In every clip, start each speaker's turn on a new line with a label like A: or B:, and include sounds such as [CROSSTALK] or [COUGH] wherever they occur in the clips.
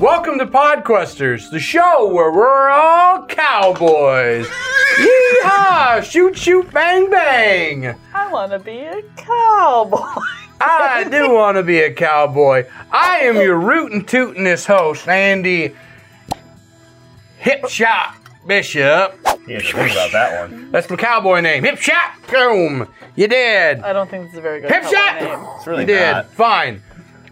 A: Welcome to Podquesters, the show where we're all cowboys. Yeehaw! Shoot, shoot, bang, bang!
B: I want to be a cowboy.
A: I do want to be a cowboy. I am your rootin' tootin'est host, Andy Hip Shot Bishop.
C: You didn't think about that one.
A: That's my cowboy name. Hip Shot! Boom! You did!
B: [LAUGHS] I don't think this is a very good
A: Hip
B: cowboy
A: shot!
B: name.
C: It's really
A: You did.
C: not.
A: Fine.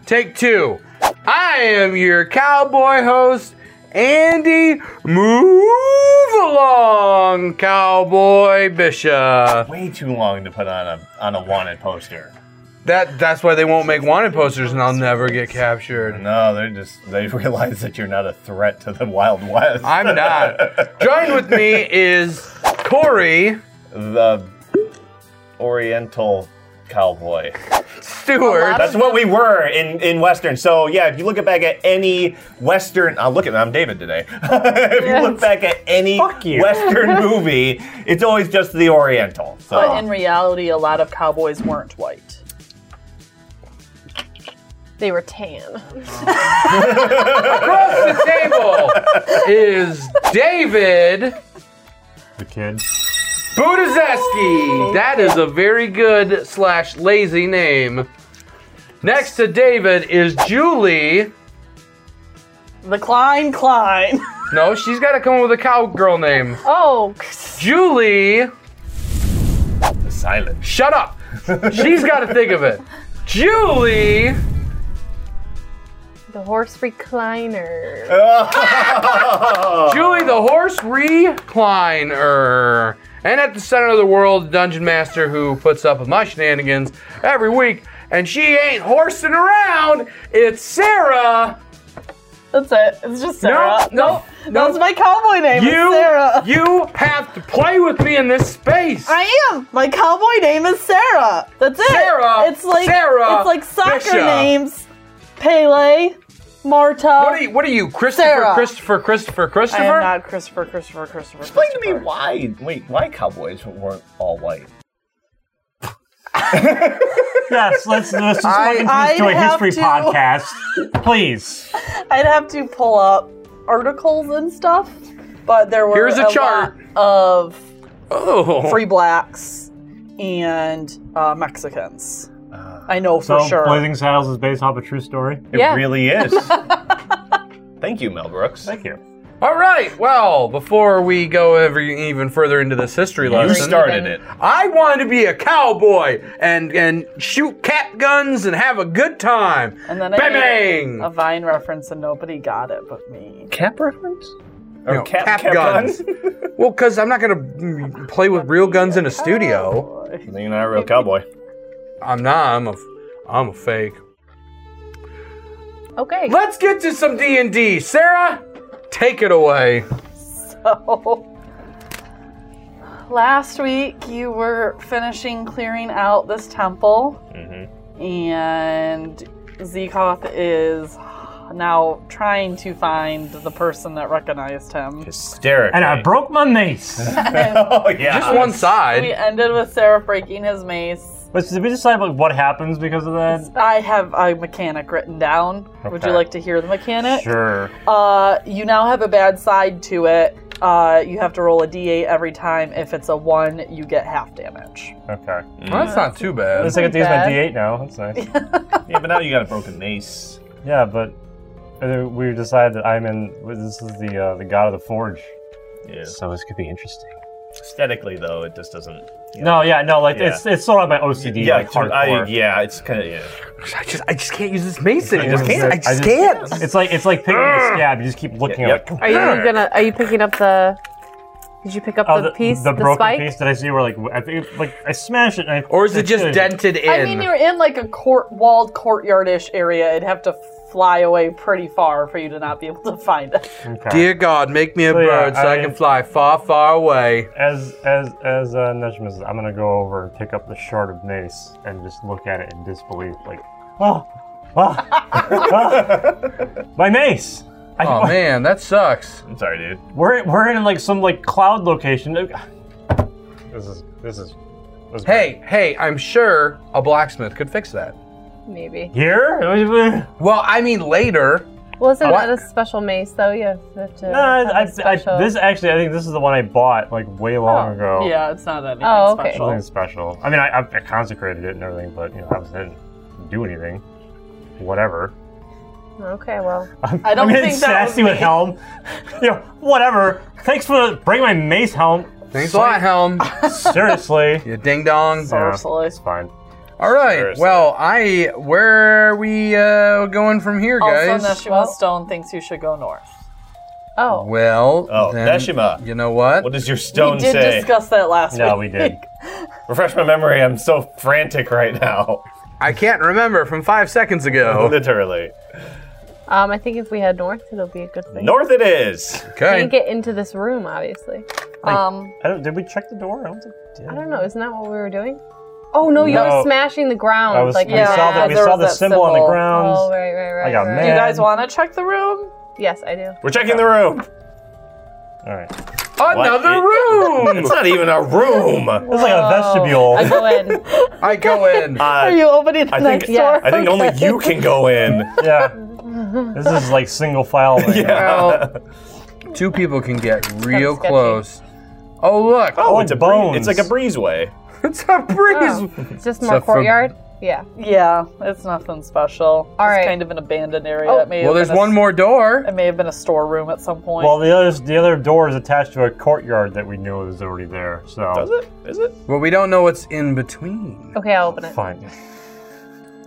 A: Take two. I am your cowboy host, Andy Move Along Cowboy Bishop.
C: Way too long to put on a on a wanted poster.
A: That that's why they won't make wanted posters and I'll never get captured.
C: No, they're just they [LAUGHS] realize that you're not a threat to the Wild West.
A: I'm
C: [LAUGHS]
A: not. Joined with me is Corey
C: the Oriental cowboy.
A: Stewart.
C: That's what we were in in Western. So yeah, if you look back at any Western, I'll look at I'm David today. [LAUGHS] if you look back at any
D: Fuck
A: [LAUGHS]
D: you.
C: Western movie, it's always just the Oriental. So
B: But in reality, a lot of cowboys weren't white.
E: They were tan.
A: Across the table is David
D: The kid.
A: Budazeski. That is a very good slash lazy name. Next to David is Julie.
B: The Klein Klein. [LAUGHS]
A: No, she's got to come up with a cowgirl name.
E: Oh,
A: Julie,
C: the silence.
A: shut up. She's got to think of it. Julie.
E: the horse recliner.
B: Oh.
A: Julie the horse recliner. And at the center of the world, Dungeon Master, who puts up with my shenanigans every week, and she ain't horsing around. It's Sarah.
B: That's it. It's just Sarah.
A: Nope, nope,
B: That's
A: nope.
B: my cowboy name.
A: You,
B: It's Sarah.
A: you have to play with me in this space.
B: I am. My cowboy name is Sarah. That's it.
A: Sarah.
B: It's like
A: Sarah
B: it's like soccer
A: Bishop.
B: names. Pele, Marta.
A: what are you? What are you, Christopher?
B: Sarah.
A: Christopher? Christopher?
B: I
A: Christopher?
B: am not Christopher. Christopher. Christopher.
C: Explain to me
B: Christopher.
C: why wait why cowboys weren't all white.
D: Yes, let's, let's just
A: I-
D: look into
B: I'd
D: this to a
B: have
D: history
B: to-
D: podcast. Please.
B: I'd have to pull up articles and stuff, but there were
A: Here's a chart.
B: lot of
A: oh.
B: free blacks and uh, Mexicans.
A: Uh,
B: I know for
D: So,
B: sure.
D: Blazing Saddles is based off a true story.
C: It
E: Yeah.
C: really is. Thank you, Mel Brooks.
D: Thank you.
A: All right. Well, before we go ever even further into this history
C: You
A: lesson,
C: started it.
A: I wanted to be a cowboy and and shoot cat guns and have a good time.
B: and then
A: Bang,
B: I made
A: bang!
B: a Vine reference, and nobody got it but me.
C: Cap reference?
A: You
C: Or
A: know,
C: cap,
A: cap
C: cap
A: guns.
C: guns?
A: [LAUGHS] Well, because I'm not gonna mm, play with real guns in a studio.
C: You're not a real cowboy.
A: I'm not. I'm a f- I'm a fake.
E: Okay.
A: Let's get to some D and D. Sarah, take it away.
B: So [LAUGHS] last week you were finishing clearing out this temple,
D: Mm-hmm.
B: and Zekoth is now trying to find the person that recognized him.
C: Hysterical. [LAUGHS]
D: And I broke my mace.
C: oh, yeah.
A: Just one
B: Uh, We
A: side.
B: ended with Sarah breaking his mace.
D: But did we decide like what happens because of that?
B: I have a mechanic written down. Would you
D: Okay.
B: like to hear the mechanic?
D: Sure.
B: Uh, you now have a bad side to it. Uh, you have to roll a d8 every time. If it's a one, you get half damage.
D: Okay.
A: Well, that's not too
D: At
A: bad.
D: least I get to use my
B: bad.
D: D8 now. That's nice.
C: yeah, but now you got a broken mace.
D: yeah, but uh, we decided that I'm in. This is the uh, the god of the forge.
C: Yeah.
D: So this could be interesting.
C: Aesthetically, though, it just doesn't. you know.
D: No, yeah, no, like
C: Yeah.
D: it's it's sort of my OCD
C: Yeah,
D: like
C: dude, I,
D: hardcore.
C: yeah, it's kind of yeah.
A: I just I just can't use this mace anymore.
D: just can't.
A: I just,
D: I just-
A: can't.
D: It's like it's like picking a scab. You just keep looking
C: Yep.
D: at it.
E: Are you gonna? Are you picking up the? Did you pick up
D: Oh,
E: the, piece,
D: the
E: the,
D: broken
E: spike?
D: piece that I see where like I think like I smash it. And I,
A: Or is it just
D: I-
A: dented in?
B: I mean, you're in like a court walled courtyard-ish area. It'd have to fly away pretty far for you to not be able to find it.
D: Okay.
A: Dear God, make me a
D: So, yeah,
A: bird so I,
D: I-
A: can fly far, far away.
D: As as as uh, Nejma says, I'm gonna go over and pick up the shard of mace and just look at it in disbelief, like, oh, oh,
A: [LAUGHS]
D: oh, my mace. I,
A: Oh man, that sucks.
C: I'm sorry, dude.
D: We're we're in like some like cloud location. This is this is. This is
A: Hey, hey, I'm sure a blacksmith could fix that.
E: Maybe.
D: here?
A: Well, I mean later.
E: Well,
D: Oh,
E: isn't
A: What?
E: that a special mace though? uh, You have to. have to
D: No, [LAUGHS] I,
E: have a
D: I, I, this actually, I think this is the one I bought like way long ago.
B: Yeah, it's not anything
E: Oh, okay.
B: special.
D: Nothing special. I mean, I, I consecrated it and everything, but you know, I was didn't do anything. Whatever.
E: Okay, well,
D: I'm,
B: I don't
D: I'm getting
B: think that would
D: sassy with
B: be-
D: Helm. [LAUGHS] you know, whatever. Thanks for the, bring my mace, Helm.
A: Thanks a lot,
C: [LAUGHS]
A: Helm.
D: [LAUGHS] Seriously.
A: You ding dong.
B: Seriously.
D: it's fine.
A: All right.
D: Seriously.
A: Well, I where are we uh, going from here, guys?
B: Also, Neshima Stone thinks you should go north.
E: oh,
A: well,
C: Oh,
A: then,
C: Neshima.
A: You know what?
C: What does your stone
B: we did
C: say?
B: discuss that last
D: No, we
B: week.
D: did.
B: [LAUGHS]
C: Refresh my memory. I'm so frantic right now.
A: I can't remember from five seconds
C: Oh.
A: ago.
C: [LAUGHS] Literally.
E: um, I think if we head north, it'll be a good thing.
C: North it is.
E: Can't
A: Okay.
E: get into this room, obviously.
B: Um,
D: I don't, did we check the door? I don't think we did.
E: I don't know. Isn't that what we were doing? Oh no, you
D: No.
E: were smashing the ground.
D: I was,
E: like
D: we
B: yeah,
D: saw the, we
B: there
D: saw
B: was
D: the
B: that
D: symbol, on the
B: symbol.
D: ground.
E: Oh right, right, right.
D: I got
E: right.
B: do you
D: mad.
B: guys want to check the room?
E: Yes, I do.
C: We're checking the room.
D: All right. It's
A: Another
C: It's [LAUGHS]
A: room.
C: not even a room.
D: like
B: Oh.
D: a vestibule.
E: Oh, I go in.
A: I go in.
B: Are [LAUGHS]
C: Uh,
B: you opening the
C: I think
B: next
E: Yeah.
B: door?
C: I think only
B: Okay.
C: you can go in.
D: [LAUGHS] yeah.
B: [LAUGHS]
D: This is like single file. Thing.
A: Well, two people can get real
E: sketchy.
A: close. Oh look,
C: Oh,
D: Oh,
C: it's a breeze.
D: bones.
C: It's like a breezeway.
A: [LAUGHS] it's a breeze.
E: Oh, it's just more
A: So for-
E: courtyard. Yeah.
B: Yeah, it's nothing special.
E: All
B: it's
E: right.
B: kind of an abandoned area.
E: Oh.
B: It may
A: Well,
B: have
A: there's
B: been a-
A: one more door.
B: It may have been a storeroom at some point.
D: Well, the other the other door is attached to a courtyard that we knew was already there. So
C: Does it? Is it?
A: Well, we don't know what's in between.
E: Okay, I'll open it.
D: fine.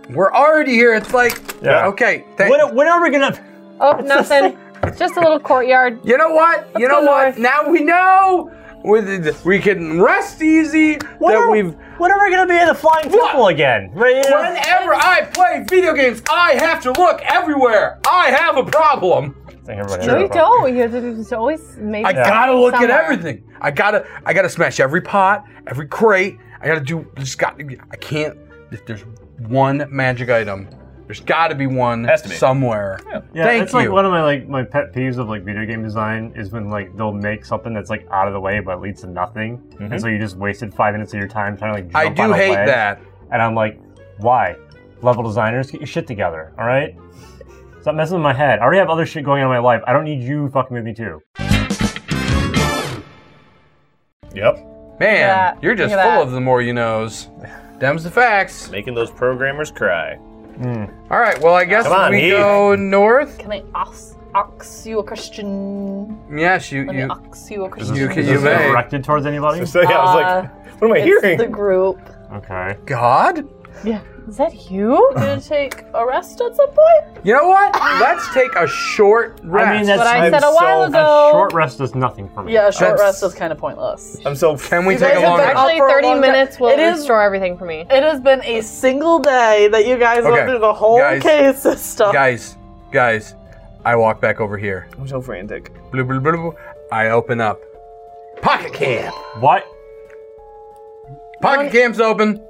A: We're already here. It's like,
D: Yeah.
A: okay. thank-
D: When, when are we gonna?
E: Oh,
D: [LAUGHS]
E: nothing. just a little courtyard.
A: you know what? you know
E: go
A: what?
E: north.
A: Now we know. With we can rest easy
D: When
A: that
D: are,
A: we've.
D: when are we gonna be in the flying temple again? Right, you know?
A: Whenever I play video games, I have to look everywhere. I have a problem.
D: I think everybody
E: No,
D: has
E: you
D: a problem.
E: don't. You have to do- just always make.
A: I gotta look
E: Somewhere.
A: at everything. I gotta I gotta smash every pot, every crate. I gotta do just got I can't if there's one magic item. There's gotta be one
C: Has to be.
A: somewhere.
D: Yeah,
A: Thank
D: that's like
A: you.
D: one of my like my pet peeves of like video game design is when like they'll make something that's like out of the way but leads to nothing, and so you just wasted five minutes of your time trying to like. Jump
A: Mm-hmm. I
D: on
A: do
D: a
A: hate
D: ledge.
A: that.
D: and I'm like, why? Level designers, get your shit together, all right? Stop messing with my head. I already have other shit going on in my life. I don't need you fucking with me too.
C: Yep.
A: Man,
E: that.
A: you're just
E: Look at
A: full
E: that.
A: of the more you knows. Them's the facts.
C: Making those programmers cry.
A: All right, well I guess
C: Come on,
A: we
C: Heath.
A: go north.
B: Can I ask, ask you a question?
A: Yes, you
B: Let
A: you
B: me ask you a
D: Is
B: question.
D: this,
A: You
D: is
A: can-
D: this
A: you may.
D: directed towards anybody?
C: [LAUGHS] So yeah, I was like, what am I hearing?
B: Uh, It's
A: [LAUGHS]
B: the group.
D: Okay.
A: God?
E: Yeah. Is that you?
B: Did you take a rest at some point?
A: You know what? Let's take a short rest.
D: I mean, that's
E: What I
D: I'm
E: said a while
D: so-
E: ago.
D: A short rest is nothing for me.
B: Yeah, a short
A: That's-
B: rest is kind of pointless.
C: I'm so.
A: Can we
B: You
A: take
B: guys
A: a
B: have
A: long
B: been
A: rest?
B: up
E: Actually,
B: for a
E: 30
B: long
E: minutes
B: time.
E: will
B: It is-
E: restore everything for me.
B: It has been a single day that you guys
A: Okay.
B: went through the whole
A: Guys.
B: case system.
A: Guys, guys, I walk back over here.
C: I'm so frantic.
A: Blue, blue, blue, blue. I open up. Pocket camp.
D: What?
A: Pocket camp's open.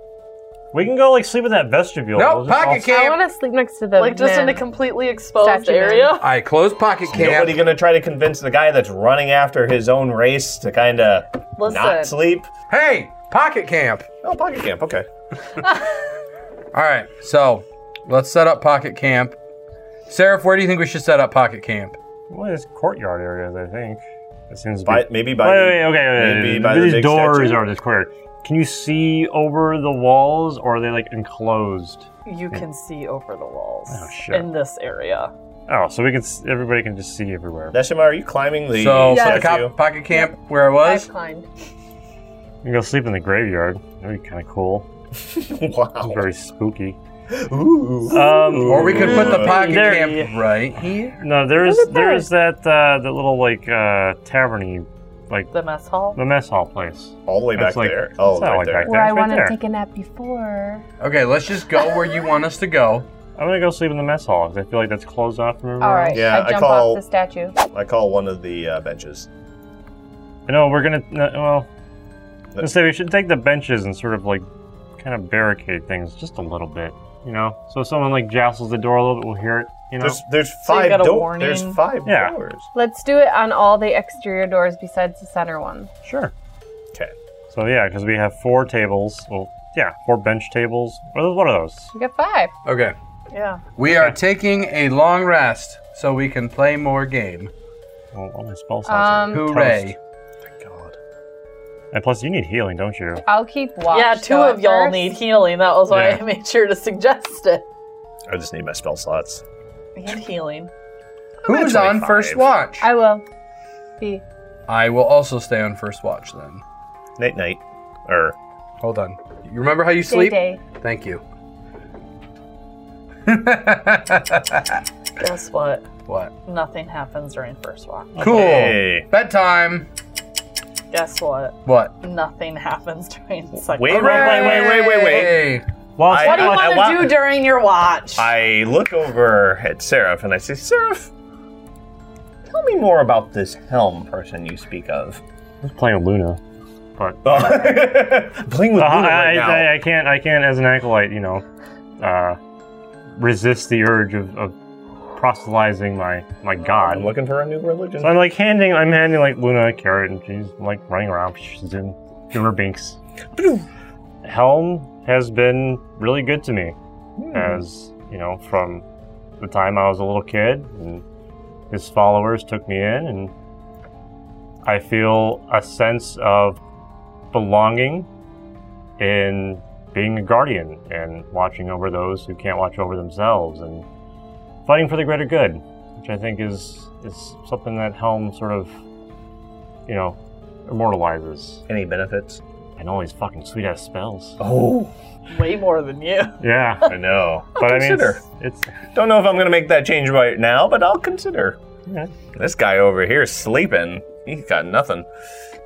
D: We can go like sleep in that vestibule.
A: Nope,
D: We'll just
A: pocket
D: all-
A: camp.
E: I want to sleep next to the
B: Like just in
E: men.
B: a completely exposed
E: Statue man.
B: area.
A: I close pocket camp.
C: Nobody gonna try to convince the guy that's running after his own race to kind of
B: Listen.
C: not sleep.
A: hey, pocket camp.
C: Oh, pocket camp. Okay.
A: All right, so let's set up pocket camp. Seraph, where do you think we should set up pocket camp?
D: Well, it's courtyard areas, I think. It seems to be-
C: By, maybe by.
D: wait, wait, okay, wait, wait,
C: maybe
D: wait.
C: by the
D: These
C: big
D: doors
C: statue?
D: are this courtyard. Can you see over the walls, or are they like enclosed?
B: You can see over the walls
D: Oh, shit.
B: in this area.
D: Oh, so we can. s- Everybody can just see everywhere.
C: Neshima, are you climbing the
A: So
B: Yes.
A: set
C: statue? [LAUGHS]
A: the cop- pocket camp where I was.
E: I've climbed.
D: You can go sleep in the graveyard. That'd be kind of cool.
C: wow.
D: Very spooky.
C: Ooh.
D: Um,
A: Or we could put the
D: Ooh,
A: pocket
D: there
A: camp
D: you-
A: right here.
D: No, there's
E: Look at that.
D: there's that uh, that little like uh, taverny, like
B: The mess hall.
D: the mess hall place.
C: all the way back
D: That's like-
C: there. Oh,
D: it's not
C: right
D: like
C: there.
D: back
E: Where I
D: That's right
E: wanted
D: there.
E: to take a nap before.
A: Okay, let's just go where you want us to go.
D: I'm gonna go sleep in the mess hall 'cause I feel like that's closed off from everyone.
E: All right.
C: Yeah, I
E: I jump
C: call-
E: off the statue.
C: I call one of the uh, benches.
D: No, we're gonna no, well. Let's say we should take the benches and sort of like kind of barricade things just a little bit, you know. So if someone like jostles the door a little bit, we'll hear it, you know.
C: There's there's
B: So you
C: five
B: got a
C: doors.
B: warning?
C: There's five
D: Yeah.
C: doors.
E: Let's do it on all the exterior doors besides the center one.
D: Sure.
C: Okay.
D: So yeah, because we have four tables. Well, yeah, four bench tables. What are those? What are those?
E: We got five.
A: Okay,
B: Yeah.
A: we are taking a long rest. so we can play more game.
D: Well, Oh, all my spell slots. are-
E: Um,
A: Hooray.
C: Thank God.
D: and plus, you need healing, don't you?
E: I'll keep watch.
B: yeah, two
E: though,
B: of
E: at
B: y'all
E: first.
B: need healing. That was why
D: Yeah.
B: I [LAUGHS] made sure to suggest it.
C: I just need my spell slots.
B: And healing.
A: Who's
C: at
A: on
C: 25.
A: first watch?
E: I will. Be.
A: I will also stay on first watch then.
C: Night night. Or
A: Hold on. You remember how you sleep?
E: Day,
A: Thank
C: [LAUGHS]
A: you.
B: Guess what?
A: what?
B: Nothing happens during first watch.
A: Cool.
C: Hey.
A: Bedtime.
B: Guess what?
A: What?
B: Nothing happens during second
C: Wait,
B: watch.
C: wait, wait, wait, wait, wait, wait.
A: Hey.
D: Well,
C: I-
B: What do you
C: I-
B: want to
C: I wa-
B: do during your watch?
C: I look over at Seraph and I say, Seraph, tell me more about this helm person you speak of. [LAUGHS]
D: I was playing with Luna, but
C: Playing with Luna
D: Uh,
C: right
D: I,
C: now.
D: I, I can't. I can't, as an acolyte, you know, uh, resist the urge of, of proselytizing my my god.
C: I'm looking for a new religion.
D: So I'm like handing. I'm handing like Luna a carrot, and she's like running around. She's in doing her binks. Helm has been really good to me,
C: Hmm.
D: as you know, from the time I was a little kid, and his followers took me in, and I feel a sense of belonging in being a guardian and watching over those who can't watch over themselves and fighting for the greater good, which I think is is something that Helm sort of, you know, immortalizes.
C: Any benefits?
D: And all these fucking sweet ass spells.
C: Oh,
B: Way more than you.
D: Yeah,
C: I know.
D: but I mean,
C: Consider.
D: it's, it's
C: Don't know if I'm going to make that change right now, but I'll consider.
D: Yeah.
C: This guy over here is sleeping. He's got nothing.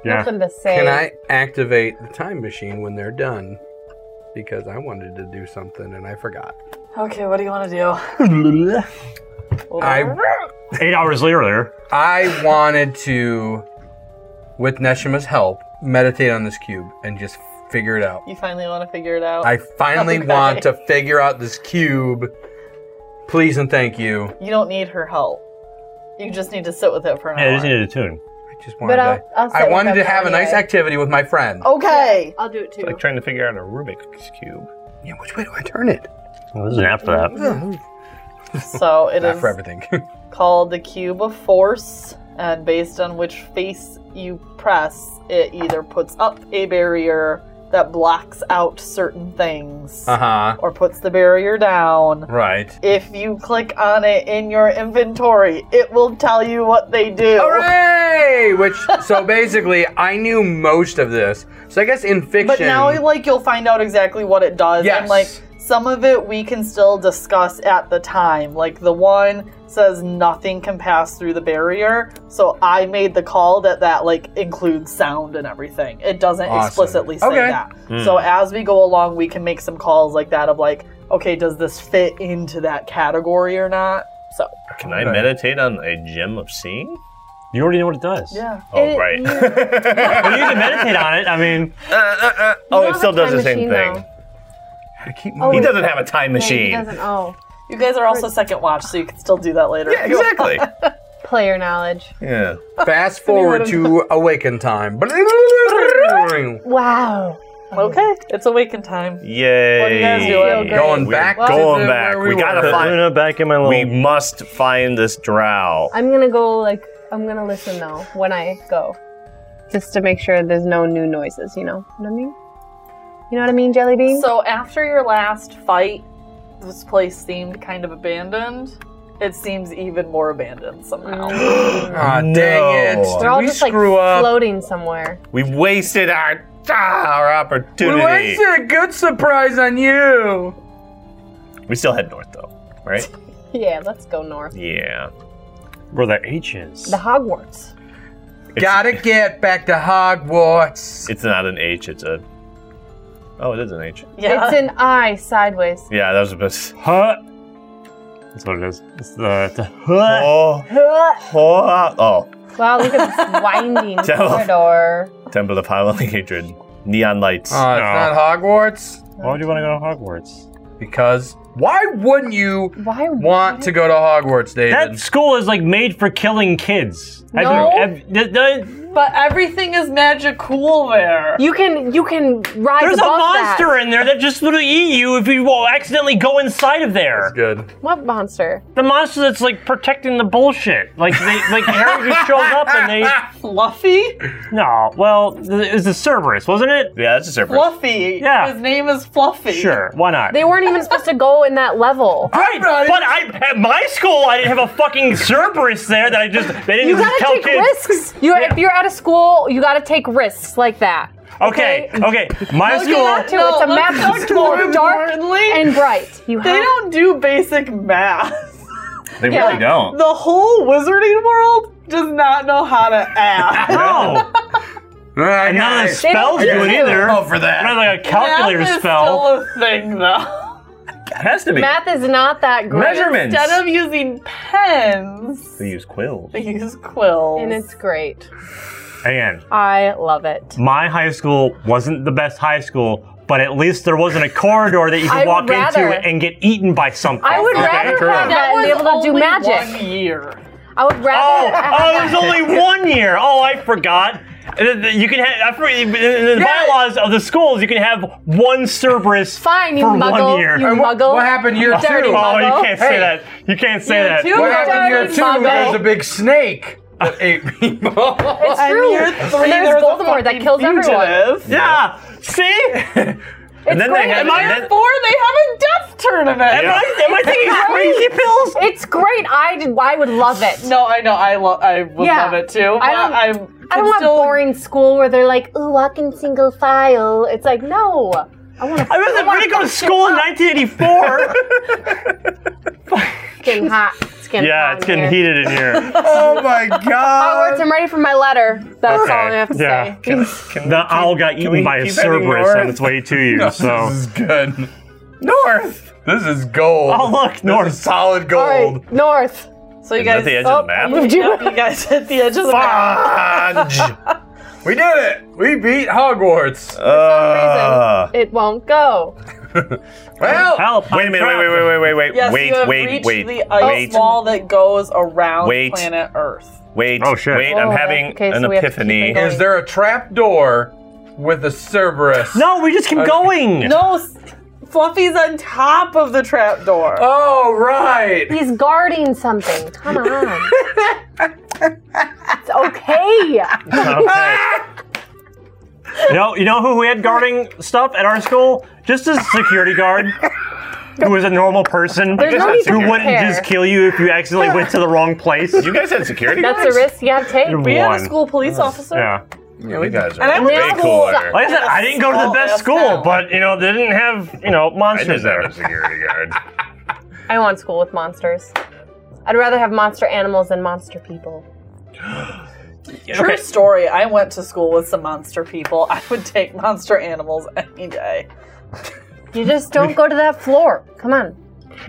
D: yeah.
E: Nothing to say.
A: Can I activate the time machine when they're done? Because I wanted to do something and I forgot.
B: Okay, what do you want to do? Well,
A: I
D: Eight hours later,
A: I wanted to, with Neshima's help, meditate on this cube and just figure it out.
B: You finally want to figure it out?
A: I finally
B: Okay.
A: want to figure out this cube. Please and thank you.
B: You don't need her help. You just need to sit with it for an
D: yeah, I just
B: hour.
D: needed a tune.
A: I just wanted
E: I'll-
A: to.
E: I'll sit
A: I
E: with
A: wanted to
E: them
A: have a nice
E: anyway.
A: activity with my friend.
E: Oh.
B: Okay.
E: I'll do it too.
C: Like trying to figure out a Rubik's Cube.
A: Yeah, which way do I turn it?
D: Well, there's Oh, an app for that.
B: So it
A: Not
B: is
A: for everything. [LAUGHS]
B: called the Cube of Force, and based on which face you press, it either puts up a barrier that blocks out certain things
A: uh huh.
B: or puts the barrier down.
A: Right.
B: If you click on it in your inventory, it will tell you what they do.
A: Hooray! Which so basically, I knew most of this. So I guess in fiction.
B: But now, like, you'll find out exactly what it does.
A: Yes.
B: And, like, some of it we can still discuss at the time. Like, the one says nothing can pass through the barrier. So I made the call that that, like, includes sound and everything. It doesn't
A: Awesome.
B: explicitly say
A: Okay.
B: that. So as we go along, we can make some calls like that of, like, okay, does this fit into that category or not? So,
C: Can I
A: Right.
C: meditate on a gem of seeing?
D: You already know what it does.
B: yeah.
C: Oh,
E: It-
C: right.
E: you-
D: Well, you can meditate on it. I [LAUGHS] mean,
C: Uh, uh, uh. Oh, it
E: have
C: still
E: a
C: does
E: time
C: the same
E: machine,
C: thing.
A: I keep
C: [LAUGHS]
E: Oh,
C: He
E: wait.
C: doesn't have a time
E: Yeah, he
C: machine.
E: doesn't. Oh,
B: You guys are also second watch, so you can still do that later.
E: [LAUGHS]
C: yeah, exactly.
E: player knowledge.
C: yeah.
A: Fast forward to awaken time.
E: Wow.
B: Okay, it's awaken time.
C: Yay.
B: What are you guys doing?
E: Oh,
A: Going
C: We're
A: back.
C: going
A: to the-
C: back.
A: Where we,
C: We gotta
A: were.
C: Fine.
D: Luna back in my little.
C: We must find this drow.
E: I'm gonna go. Like I'm gonna listen though when I go, just to make sure there's no new noises. You know what I mean? You know what I mean, Jelly Bean?
B: So after your last fight, this place seemed kind of abandoned. It seems even more abandoned
E: [GASPS]
B: somehow.
A: Ah, dang
C: No.
A: it.
E: They're all
A: Did we
E: just like
A: screw up?
E: floating somewhere. [LAUGHS]
C: We wasted our ah, our
A: We
C: opportunity.
A: wasted a good surprise on you.
C: We still head north though,
E: [LAUGHS]
C: right?
E: Yeah, let's go north.
C: Yeah.
D: where the H is.
E: The Hogwarts.
C: It's, [LAUGHS]
A: Gotta get back to Hogwarts.
C: It's not an H. It's a. Oh, it is an H.
B: yeah.
E: It's an eye
B: [LAUGHS]
E: sideways.
C: Yeah, that was a bit.
D: Huh. That's what it is. It's the, it's the huh.
C: Oh,
E: wow,
C: oh, oh.
E: look at this winding
C: Tell-
E: corridor.
C: Temple of Howling Hatred. Neon lights.
E: Uh,
A: Ah, it's
D: No.
A: not Hogwarts?
D: Why would you want to go to Hogwarts?
A: Because why wouldn't you
E: Why
A: want to go to Hogwarts, David?
D: That school is like made for killing kids. Have
E: No.
D: you, have, th- th-
B: But everything is magical there.
E: You can you can rise
D: There's a
E: above
D: monster
E: that.
D: in there that just will eat you if you will accidentally go inside of there.
A: Good.
E: What monster?
D: The monster that's like protecting the bullshit. Like they, like Harry just shows up and [LAUGHS] they.
B: Fluffy?
D: No, well, it was the Cerberus, wasn't it?
C: Yeah, that's a
B: [LAUGHS]
C: surprise.
B: Fluffy.
D: Yeah.
B: His name is Fluffy.
D: Sure, why not?
E: They weren't even supposed to go in that level.
D: Right, but I at my school I didn't have a fucking Cerberus there that I just they didn't
E: You
D: just
E: gotta
D: tell
E: take
D: kids.
E: risks. You if you're out of school, you gotta take risks like that.
D: Okay, okay, my
E: You have
D: school.
E: to. it's a
B: No,
E: map
B: let's
E: that's
B: go
E: more
B: to
E: dark
B: Burnley.
E: and bright. You
B: They
E: have
B: don't do basic math. [LAUGHS]
C: They really don't.
B: The whole wizarding world does not know how to add.
D: No,
A: I
D: none
A: got
C: [LAUGHS]
D: of the
E: They don't
D: spells do it
E: do.
D: either.
C: Oh, for
D: Not
C: that.
D: like a
B: Math
D: calculator
B: is
D: spell.
B: still a thing though.
C: It has to be.
E: math is not that great.
C: Measurements.
B: Instead of using pens,
C: They use quills.
B: they use quills.
E: And it's great.
F: Again,
E: I love it.
F: my high school wasn't the best high school, but at least there wasn't a corridor that you
E: I
F: could
E: would
F: walk into
E: rather-
F: and get eaten by something.
E: I would
F: okay?
E: rather
B: That
E: have that and
B: was
E: be able to do
B: only
E: magic.
B: One year.
E: I would
D: Oh,
E: rather.
D: oh, there's only one year. Oh, I forgot. And then You can have I forget, in the bylaws of the schools. You can have one Cerberus
E: Fine, you
D: for one
E: muggle.
D: year.
E: You
A: what,
E: muggle.
A: what happened year two?
E: Dirty
D: oh,
E: muggle.
D: you can't say
A: Hey.
D: that. You can't say
B: You
D: that.
B: too.
A: What happened year
E: Dirty
A: two? There was
E: muggle.
A: a big snake that ate people. [LAUGHS]
E: It's true.
B: year three,
E: and
B: there's a
E: there's Voldemort that
B: fucking
E: kills everyone.
B: fugitive.
D: Yeah.
B: [LAUGHS]
D: See.
C: then
E: It's
C: they
E: great.
C: have-
B: Am I
C: That-
B: at four? They have a death tournament.
D: Am I, am I taking crazy pills?
E: It's great. I did, I would love it.
B: No, I know. I love. I would
E: Yeah.
B: love it too.
E: I
B: but
E: don't-
B: I'm,
E: I don't
B: I'm
E: want
B: still,
E: boring school where they're like, ooh, walk in single file. It's like, no. I want to
D: I wasn't ready to go to school
B: [LAUGHS]
D: in 1984.
E: skin hot. It's getting
F: Yeah,
E: hot
F: it's
E: in
F: getting
E: here.
F: heated in
D: [LAUGHS]
F: here.
C: Oh my
E: Onwards,
C: god.
E: I'm ready for my letter. That's all I have to
F: yeah.
E: say.
F: The owl got
C: we
F: eaten by a
C: keep heading
F: Cerberus on
C: north?
F: its way to you,
A: [LAUGHS] This
F: so.
A: is good.
C: North.
A: This is gold.
D: Oh, look,
A: This is
D: North.
A: solid
E: All
A: gold.
E: right, north.
B: So you
C: Is that
B: guys,
C: the edge
E: oh,
C: of the map?
E: moved you.
B: Yep, [LAUGHS] you guys
E: [LAUGHS]
B: hit the edge of the map.
C: Fudge.
A: We did it. We beat Hogwarts.
C: Uh,
E: It won't go.
A: Well,
D: Help.
C: wait a minute. Wait, wait, wait, wait, wait, wait.
B: Yes,
C: wait,
B: you have
C: wait,
B: reached
C: wait,
B: the ice
C: wait,
B: wall that goes around
C: Wait.
B: planet Earth.
C: wait.
F: Oh, shit.
C: Wait,
E: Oh,
C: I'm
E: okay,
C: having
E: so
C: an
E: we have to keep it
C: epiphany.
E: going.
A: is there a trap door with a Cerberus?
D: No, we just keep going.
B: No, s- Fluffy's on top of the trapdoor.
A: Oh, right.
E: He's guarding something. Come on. it's okay.
F: Okay.
D: [LAUGHS] You know, you know who we had guarding stuff at our school? Just a security guard who was a normal person
E: There's no need to
D: who wouldn't
E: compare.
D: just kill you if you accidentally went to the wrong place.
C: You guys had security.
E: That's
C: guards?
E: a risk you gotta take.
B: [LAUGHS] we
F: one.
B: had a school police officer.
F: Yeah.
C: You guys
B: And I went
C: are way
E: to school-
C: cooler.
D: Like I said, I didn't go to
B: Oh,
D: the best school, but you know, they didn't have, you know,
C: I
D: monsters
C: just had
D: there.
C: a security guard.
E: I want school with monsters. I'd rather have monster animals than monster people.
B: True story. I went to school with some monster people. I would take monster animals any day.
E: You just don't go to that floor. Come on.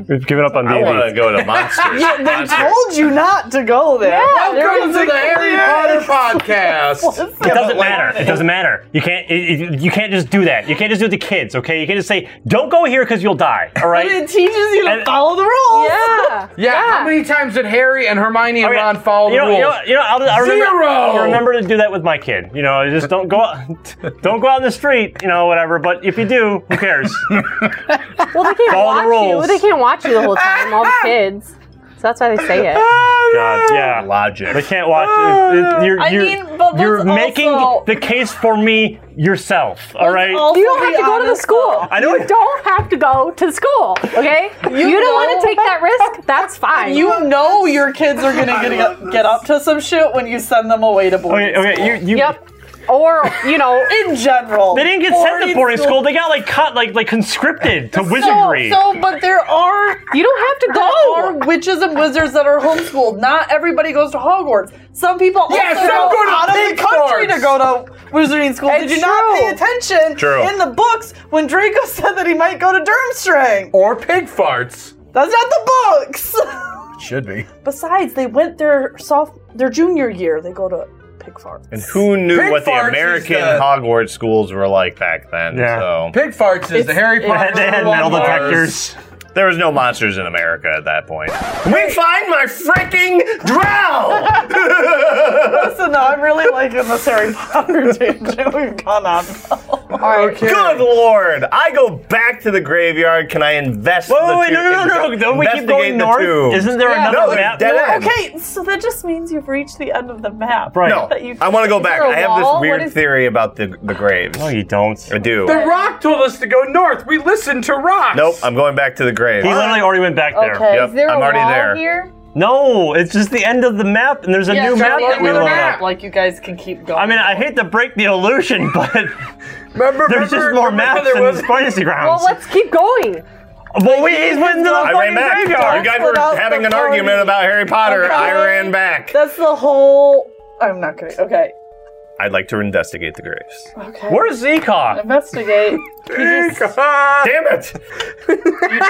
F: We've given up on
C: [LAUGHS] I want
F: D&D.
C: to go to monsters.
B: They told you not to go there.
E: Yeah,
B: There
A: Welcome
B: was
A: to
B: a
A: the Harry
B: clear-
A: Potter podcast.
B: Listen,
D: It doesn't
B: like-
D: matter. It doesn't matter. You can't. It, it- you can't just do that. You can't just do it to kids. Okay. You can't just say, "Don't go here because you'll die." All
B: But
D: right.
B: [LAUGHS] it teaches you to
D: And-
B: follow the rules.
E: Yeah.
A: Yeah, how many times did Harry and Hermione and
D: Okay,
A: Ron follow the
D: Oh, you know,
A: rules?
D: You know, you know, I'll, I remember,
A: Zero!
D: I'll remember to do that with my kid. You know, just don't go, out- [LAUGHS] don't go out in the street. You know, whatever. But if you do, who cares?
E: Well, they can't
D: Follow the
E: watch
D: rules.
E: you. They can't watch you the whole time. All the kids. So that's why they say it.
F: God, yeah.
C: Logic.
F: They can't watch it. It- you're,
B: I
F: you're,
B: mean, but
F: you're
B: let's
F: making
B: also-
F: the case for me yourself. All right.
B: Also
E: You don't have
B: be
E: to go to the
B: honest,
E: school.
D: I know.
E: You don't have to go to school. Okay. You,
B: know-
E: don't want to take that risk. That's fine.
B: You know your kids are gonna get, get, up to some shit when you send them away to boarding
D: Okay. Okay. You. you
E: Yep. Or you [LAUGHS] know.
B: school. In general,
D: They didn't get sent to boarding school. They got like cut, like like conscripted to wizardry.
B: So, so, but there are
E: You don't have to
B: there
E: go.
B: are witches and wizards that are homeschooled. Not everybody goes to Hogwarts. Some people
A: Yes,
B: also
A: some
B: go
A: go to
B: out of
A: pig
B: the country
A: farms.
B: to go to wizarding school. Did
E: It's
B: you not
E: true.
B: pay attention
C: True.
B: in the books when Draco [LAUGHS] said that he might go to Durmstrang?
A: or pig farts.
B: That's not the books. [LAUGHS]
A: Should be.
B: Besides, they went their soph their junior year. They go to pig farms.
C: And who knew
A: Pig
C: what the
A: farts is
C: American
A: the-
C: Hogwarts schools were like back then?
F: Yeah.
C: So
A: Pig farts is the Harry Potter.
D: they had metal
A: Hogwarts.
D: detectors.
C: There was no monsters in America at that point. We find my freaking drow!
B: So now I'm really liking this Harry Potter tangent we've gone on.
A: Okay.
C: Good lord! I go back to the graveyard. Can I invest?
D: Wait, wait,
C: the
D: wait,
C: two-
D: no, no, no, no. Don't we keep
C: investigate
D: going
C: the
D: north?
C: tomb?
D: Isn't there
B: Yeah.
D: another
C: No,
D: map?
C: dead end.
B: Okay, so that just means you've reached the end of the map.
D: Right.
C: No,
B: That you-
C: I want to go
B: Is
C: back.
B: there a
C: I have
B: wall?
C: this
B: What
C: weird
B: is-
C: theory about the the graves.
D: No, Oh, you don't.
C: I do.
A: The rock told us to go north. We listened to rocks.
C: Nope, I'm going back to the grave.
D: He literally already went back there.
E: Okay,
C: Yep,
E: is there a
C: I'm already
E: wall
C: there.
E: here?
D: No, it's just the end of the map, and there's a
B: Yeah,
D: new
B: so
D: map
B: you
D: that we
B: another
D: load
B: map,
D: up.
B: Like you guys can keep going.
D: I mean, I hate to break the illusion, [LAUGHS] but
A: Remember,
D: there's just
A: remember-
D: more
A: remember
D: maps
A: there
D: in
A: was-
D: this fantasy
E: Well,
D: grounds.
E: let's keep going.
D: Well, we he's went to the
C: I ran
D: fucking
C: back. You
D: graveyard.
C: guys
B: Without
C: were
B: the
C: having an
B: party.
C: argument about Harry Potter. I
B: Okay.
C: ran back.
B: That's the whole. I'm not kidding. Okay.
C: I'd like to investigate the graves.
B: Okay.
D: Where's Zekon?
B: Investigate. You, just,
A: Ah,
C: Damn it!
B: you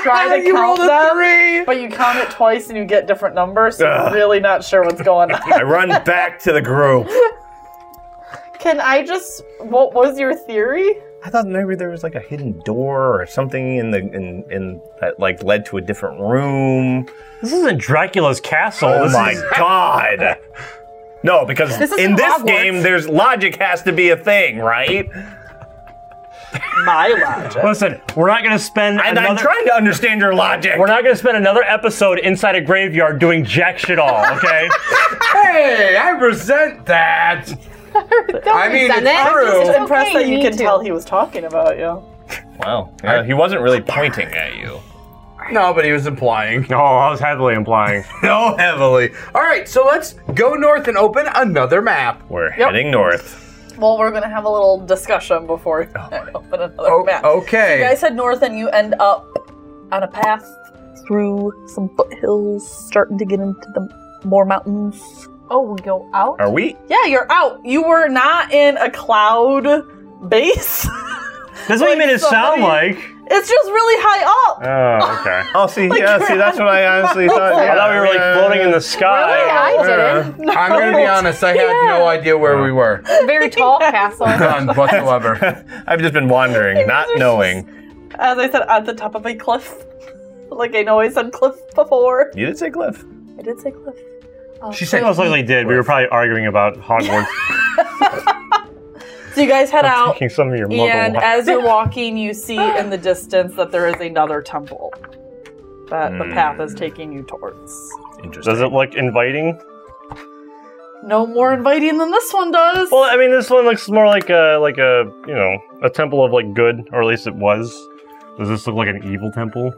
B: try to
A: you
B: count
A: rolled a
B: them,
A: three.
B: but you count it twice and you get different numbers. So
C: Ugh.
B: you're really not sure what's going on.
C: I
D: [LAUGHS]
C: run back to the group.
B: Can I just? What was your theory?
C: I thought maybe there was like a hidden door or something in the in in that like led to a different room.
D: This isn't Dracula's castle.
C: Oh
D: this
C: my
D: is [LAUGHS]
C: god! No, because
E: This
C: in
E: isn't
C: this
E: Hogwarts.
C: game, there's logic has to be a thing, right?
B: My logic.
D: Listen, we're not gonna spend
C: And I'm
D: another.
C: trying to understand your logic.
D: We're not gonna spend another episode inside a graveyard doing jack shit all. Okay.
A: Hey, I resent that.
E: Don't
A: I mean,
E: resent
A: it's
E: it.
A: true.
E: It's
A: It's
E: okay,
B: Impressed that you
E: need
B: can
E: to.
B: tell he was talking about you.
C: Wow, yeah, he wasn't really pointing at you.
A: No, but he was implying. [LAUGHS]
D: No, I was heavily implying.
A: No, heavily. All right, so let's go north and open another map.
C: We're heading north.
B: Well, we're gonna have a little discussion before [LAUGHS] we open another
A: Oh,
B: map.
A: okay.
B: You guys head north and you end up on a path through some foothills, starting to get into the more mountains.
E: Oh, we go out.
C: Are we?
B: Yeah, you're out. You were not in a cloud base. [LAUGHS]
D: That's what you made it sound
B: Somebody-
D: like.
B: it's just really high up.
D: Oh, okay.
C: [LAUGHS] Oh, see,
B: Like
C: yeah,
B: you're
C: see, that's what I honestly thought.
D: I
C: Yeah,
D: thought we were like floating in the
C: [LAUGHS]
E: Really?
D: sky.
E: I
A: [LAUGHS]
E: didn't.
A: Uh, I'm gonna
B: [LAUGHS]
A: be honest. I had no idea where we were.
E: Very [LAUGHS] tall castle.
A: None whatsoever.
C: I've just been wandering, not knowing.
B: As I said, at the top of a cliff. [LAUGHS] Like I know I said cliff before.
C: You did say cliff.
B: I did say cliff.
A: She
D: We
A: said,
D: most likely did. We were probably arguing
B: [LAUGHS]
D: about Hogwarts
B: So you guys head out.
D: taking some of your
B: And
D: muggle.
B: as
D: [LAUGHS]
B: you're walking, you see in the distance that there is another temple that the path
D: Hmm.
B: is taking you towards.
C: Interesting.
D: Does it look inviting?
B: No more inviting than this one does.
D: Well, I mean, this one looks more like a like a you know a temple of like good, or at least it was. Does this look like an evil temple?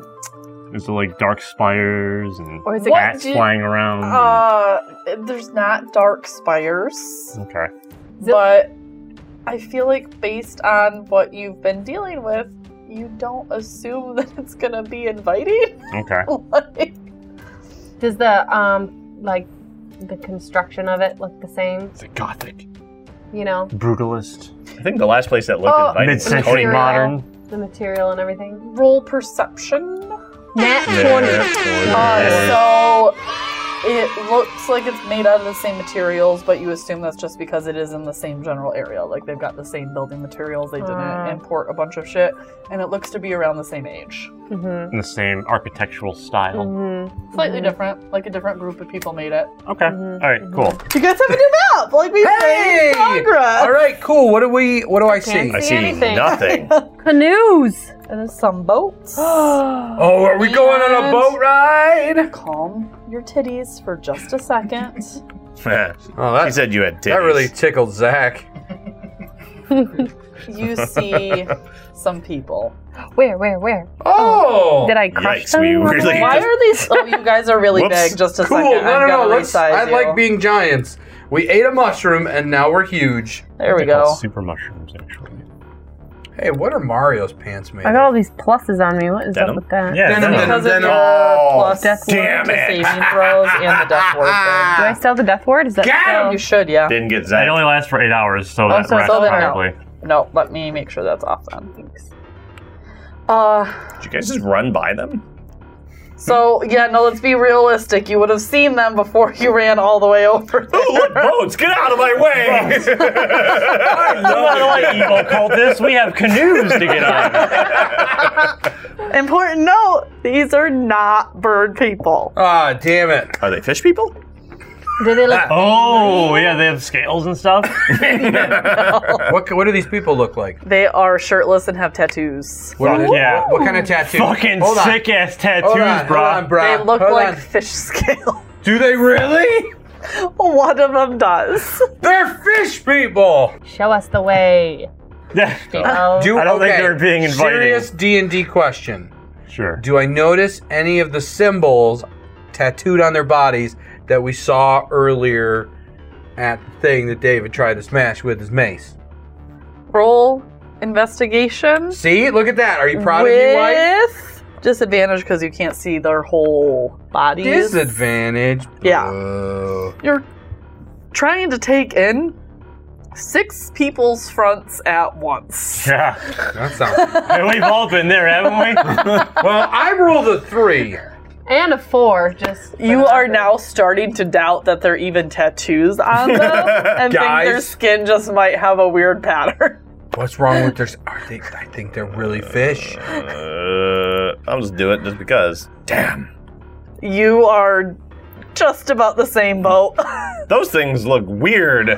D: Is it like dark spires and
E: Or is it
B: What
D: bats
B: do-
D: flying around? and-
B: uh, there's not dark spires,
D: okay.
B: but I feel like based on what you've been dealing with, you don't assume [LAUGHS] that it's gonna be inviting. [LAUGHS]
D: Okay.
B: Like,
E: Does the um like the construction of it look the same?
A: "It's a gothic."
E: You know,
D: Brutalist,
C: I think the last place that looked
B: Oh,
C: inviting was
E: mid-century.
C: Tony
D: mid-century
E: Material.
D: modern.
E: the material and everything.
B: roll perception.
E: Nat
C: Yeah,
E: 20.
B: Uh,
C: yeah.
B: so it looks like it's made out of the same materials, but you assume that's just because it is in the same general area. Like they've got the same building materials. They didn't
E: Ah.
B: import a bunch of shit, and it looks to be around the same age.
E: Mm-hmm.
D: in the same architectural
C: Oh.
D: style.
E: Mm-hmm.
B: Slightly
A: Hmm.
B: different, like a different group of people made it.
D: Okay.
E: Mhm.
B: Mm-hmm.
D: All right. Cool.
B: You guys have a new map. Like we
A: Hey!
B: made progress.
A: All right, cool. What do we? What do I
E: Okay.
A: see?
C: I
E: see
C: see
E: anything.
C: nothing.
E: Canoes.
B: And there's some [GASPS] boats.
A: Oh, are we going on a
B: And-
A: boat ride?
B: Calm your titties for just
A: [LAUGHS]
B: a second.
C: she
A: Oh, that,
C: said you had titties.
A: that really tickled Zach.
B: You see some people.
E: Where, where, where?
A: Oh,
E: Did I crush
C: Yikes,
E: them?
C: we
E: on the
C: really
E: way?
B: Why
C: just-
B: are these? Oh, you guys are really
C: Whoops.
B: big. Just a
A: cool.
B: second.
A: no, no,
B: I'm
A: no.
B: gonna
A: Let's,
B: resize
A: I like
B: you.
A: being giants. We ate a mushroom and now we're huge.
B: There we
D: They're called
B: go.
D: Super mushrooms, actually.
A: Hey, what are Mario's pants made?
E: I got all these pluses on me. What is
C: Denim?
E: up with that?
D: Yeah.
A: Denim,
D: denim.
A: denim.
B: Because of your
C: Oh,
B: plus
E: death
B: word
C: damn
B: to
C: it.
B: saving throws and the death word
C: [LAUGHS]
E: Do I still have the death word? Is that
B: thing. You should, yeah.
C: Didn't get
D: It
C: Zach.
D: only lasts for eight hours, so that
B: Oh, so
D: wraps
B: so then no.
D: probably.
B: No, let me make sure that's off then. Thanks. Uh,
C: Did you guys just run by them?
B: So yeah, no, let's be realistic. You would have seen them before you ran all the way over there.
D: [LAUGHS]
C: Ooh, boats, get out of my way!
D: By the way, evil cultists, we have canoes to get on.
B: [LAUGHS] Important note: these are not bird people.
C: Oh.
A: Ah, damn it.
C: Are they fish people?
E: Do they
C: Ah.
E: look?
D: Oh, yeah, they have scales
A: [LAUGHS]
D: and stuff.
A: What what do these people look like?
B: They are shirtless and have tattoos.
A: What,
D: Fuck
A: what-
D: yeah.
A: what kind of tattoo?
D: Fucking
A: Hold on.
D: sick ass tattoos,
A: Hold on,
D: bro.
A: hold on, brah.
B: They look
A: Hold
B: like
A: on.
B: fish scale. [LAUGHS]
A: Do they really? [LAUGHS]
B: One of them does.
A: They're fish people.
E: Show us the way. Oh.
A: Do,
D: I don't think
A: okay,
D: they're being inviting.
A: Serious D and D question.
D: sure.
A: Do I notice any of the symbols tattooed on their bodies that we saw earlier at the thing that David tried to smash with his mace?
B: Roll investigation
A: See, look at that. Are you proud of me, wife?
B: with disadvantage because you can't see their whole bodies.
A: Disadvantage.
B: Yeah.
A: Boo.
B: You're trying to take in six people's fronts at once.
D: Yeah.
A: That sounds. [LAUGHS]
D: And we've all been there, haven't we?
A: well, I rolled a three.
E: And a four, just.
B: You are now starting to doubt that they're even tattoos on them
A: [LAUGHS]
B: and think their
A: Guys.
B: skin just might have a weird pattern. [LAUGHS]
A: What's wrong with their? Are they, I think they're really fish.
C: Uh, I'll just do it just because. Damn.
B: You are just about the same boat.
C: Those things look
D: [LAUGHS]
C: weird.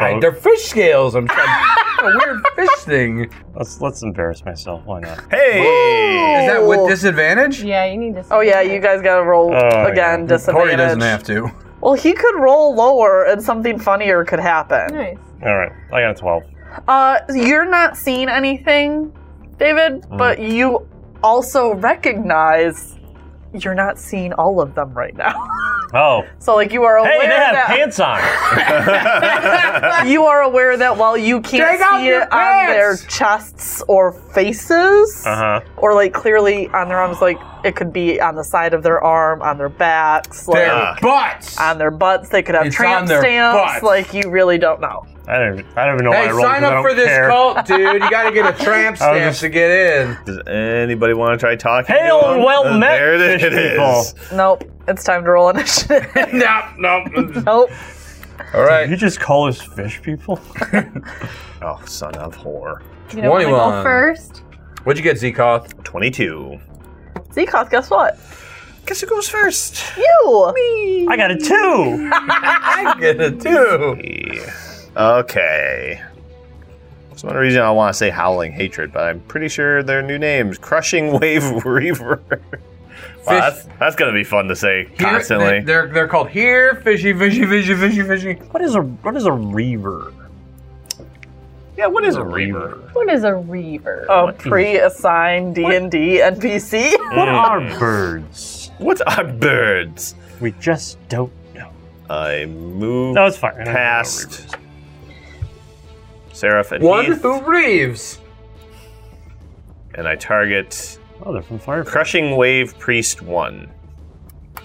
A: I, they're fish scales. I'm
B: [LAUGHS]
A: trying. a weird fish thing. Is
D: let's let's embarrass myself. Why not?
C: Hey!
A: that
B: [LAUGHS]
A: with disadvantage?
E: Yeah, you need to.
B: Oh yeah, you guys gotta roll
D: Oh,
B: again.
D: yeah.
A: Corey
B: Disadvantage.
A: doesn't have to.
B: Well, he could roll lower, and something funnier could happen.
E: Nice.
D: All right, I got a twelve.
B: Uh, you're not seeing anything, David,
D: Mm.
B: but you also recognize you're not seeing all of them right now. [LAUGHS]
D: Oh,
B: so like you are aware
D: hey, they have
B: that
D: pants on.
B: you are aware that while you can't
A: Take off
B: see
A: your
B: it on their
A: pants!
B: chests or faces,
D: Uh huh.
B: or like clearly on their arms, like it could be on the side of their arm, on their backs, like
A: Their butts.
B: on their butts. They could have
A: It's on
B: tramp
A: their
B: stamps.
A: butts.
B: Like you really don't know.
D: I don't. I don't even know why
A: Hey,
D: I rolled.
A: sign
D: 'cause I
A: up
D: don't
A: for this
D: care. [LAUGHS]
A: cult, dude. You got to get a tramp
D: I was
A: stamp
D: just-
A: to get in.
C: [LAUGHS] Does anybody want to try talking?
D: Hail
C: to them?
D: and well
C: Uh,
D: met,
C: There it
D: fish
C: is.
D: people.
B: Nope, it's time to roll initiative. [LAUGHS]
A: no, [LAUGHS] no.
D: [LAUGHS]
B: nope.
A: All
D: You
A: right.
D: just call us fish people?
C: Oh, son of whore.
E: You don't wanna go
A: 21.
E: first.
A: What'd you get, Zekoth?
C: 22.
B: Zekoth, guess what?
C: Guess who goes first?
B: You.
D: I got a two.
A: I get it too.
C: Okay. It's one reason I want to say Howling Hatred, but I'm pretty sure their new name's Crushing Wave [LAUGHS] Reaver. Wow, that's, that's going to be fun to say
A: Here-
C: constantly.
A: They're they're called here fishy fishy fishy fishy fishy.
D: What is a what is a reaver?
C: yeah, what is a Reaver?
E: What is a reaver?
B: A pre-assigned D and D NPC.
D: What are birds?
C: What are birds?
D: We just don't know.
C: I move
D: No, it's fine. I don't know about
C: past Seraph and
A: One
C: Heath,
A: who reaves.
C: and I target
D: reavers. Oh, they're from Fire.
C: Crushing Wave Priest 1.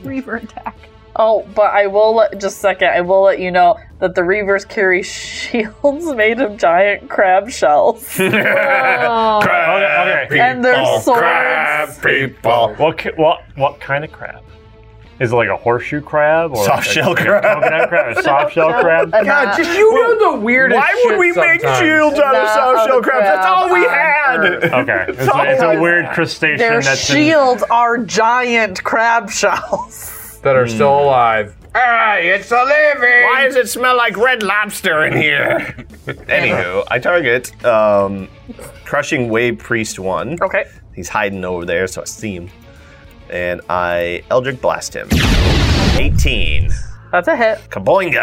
E: reaver attack.
B: Oh, but I will let, just a second. I will let you know that the Reavers carry [LAUGHS] shields made of giant crab shells,
E: Oh,
C: Crab
D: okay.
B: and their
C: people,
B: swords.
C: crab people.
D: What ki- what what kind of crab? Is it like a horseshoe crab or
C: Soft
D: a-
C: shell
D: a
C: crab.
D: Coconut crab, a soft shell crab.
E: Uh,
B: And
A: God,
B: not-
A: Uh, just you know the weirdest.
C: Why would
A: shit
C: we make
A: sometimes.
C: shields out of
B: Not
C: soft shell
B: of
C: crabs? That's
B: crab
C: all we
B: on
D: [LAUGHS]
C: had.
B: Earth.
D: Okay, it's,
C: all
D: a, it's
C: right.
D: a weird crustacean
B: Their
D: that's in-
B: shields are giant crab shells.
A: that are still alive? Hey, it's a living.
C: Why does it smell like red lobster in here? [LAUGHS] Anywho, I target um, Crushing Wave Priest 1.
B: Okay.
C: He's hiding over there, so I see him. And I Eldritch Blast him. 18.
B: That's a hit.
C: Kaboinga!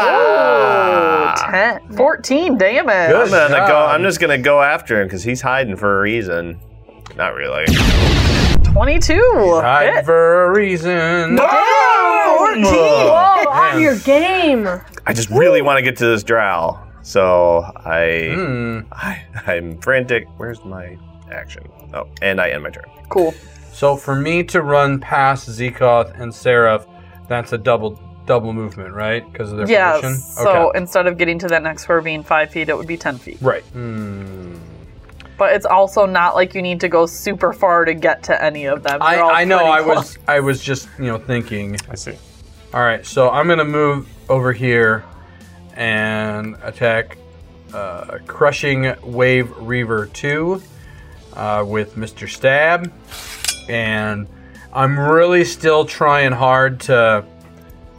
C: Ah!
B: 10, 14 damage.
A: Good.
C: I'm gonna go.
A: job.
C: I'm just gonna go after him because he's hiding for a reason. Not really.
B: 22.
A: Hide
B: Hit.
A: for a reason.
E: Whoa, on Oh, your game.
C: I just really want to get to this drow, so I,
A: Hmm.
C: I I'm frantic. Where's my action? Oh, and I end my turn.
B: Cool.
A: So for me to run past Zekoth and Seraph, that's a double double movement, right? Because of their
B: Yeah,
A: position.
B: so instead of getting to that next square being 5 feet, it would be 10 feet.
A: right. Hmm.
B: But it's also not like you need to go super far to get to any of them.
A: I,
B: They're all
A: I know
B: pretty
A: I
B: close.
A: was I was just you know thinking.
G: I see.
A: All right, so I'm gonna move over here and attack uh, Crushing Wave Reaver two uh, with Mr. Stab, and I'm really still trying hard to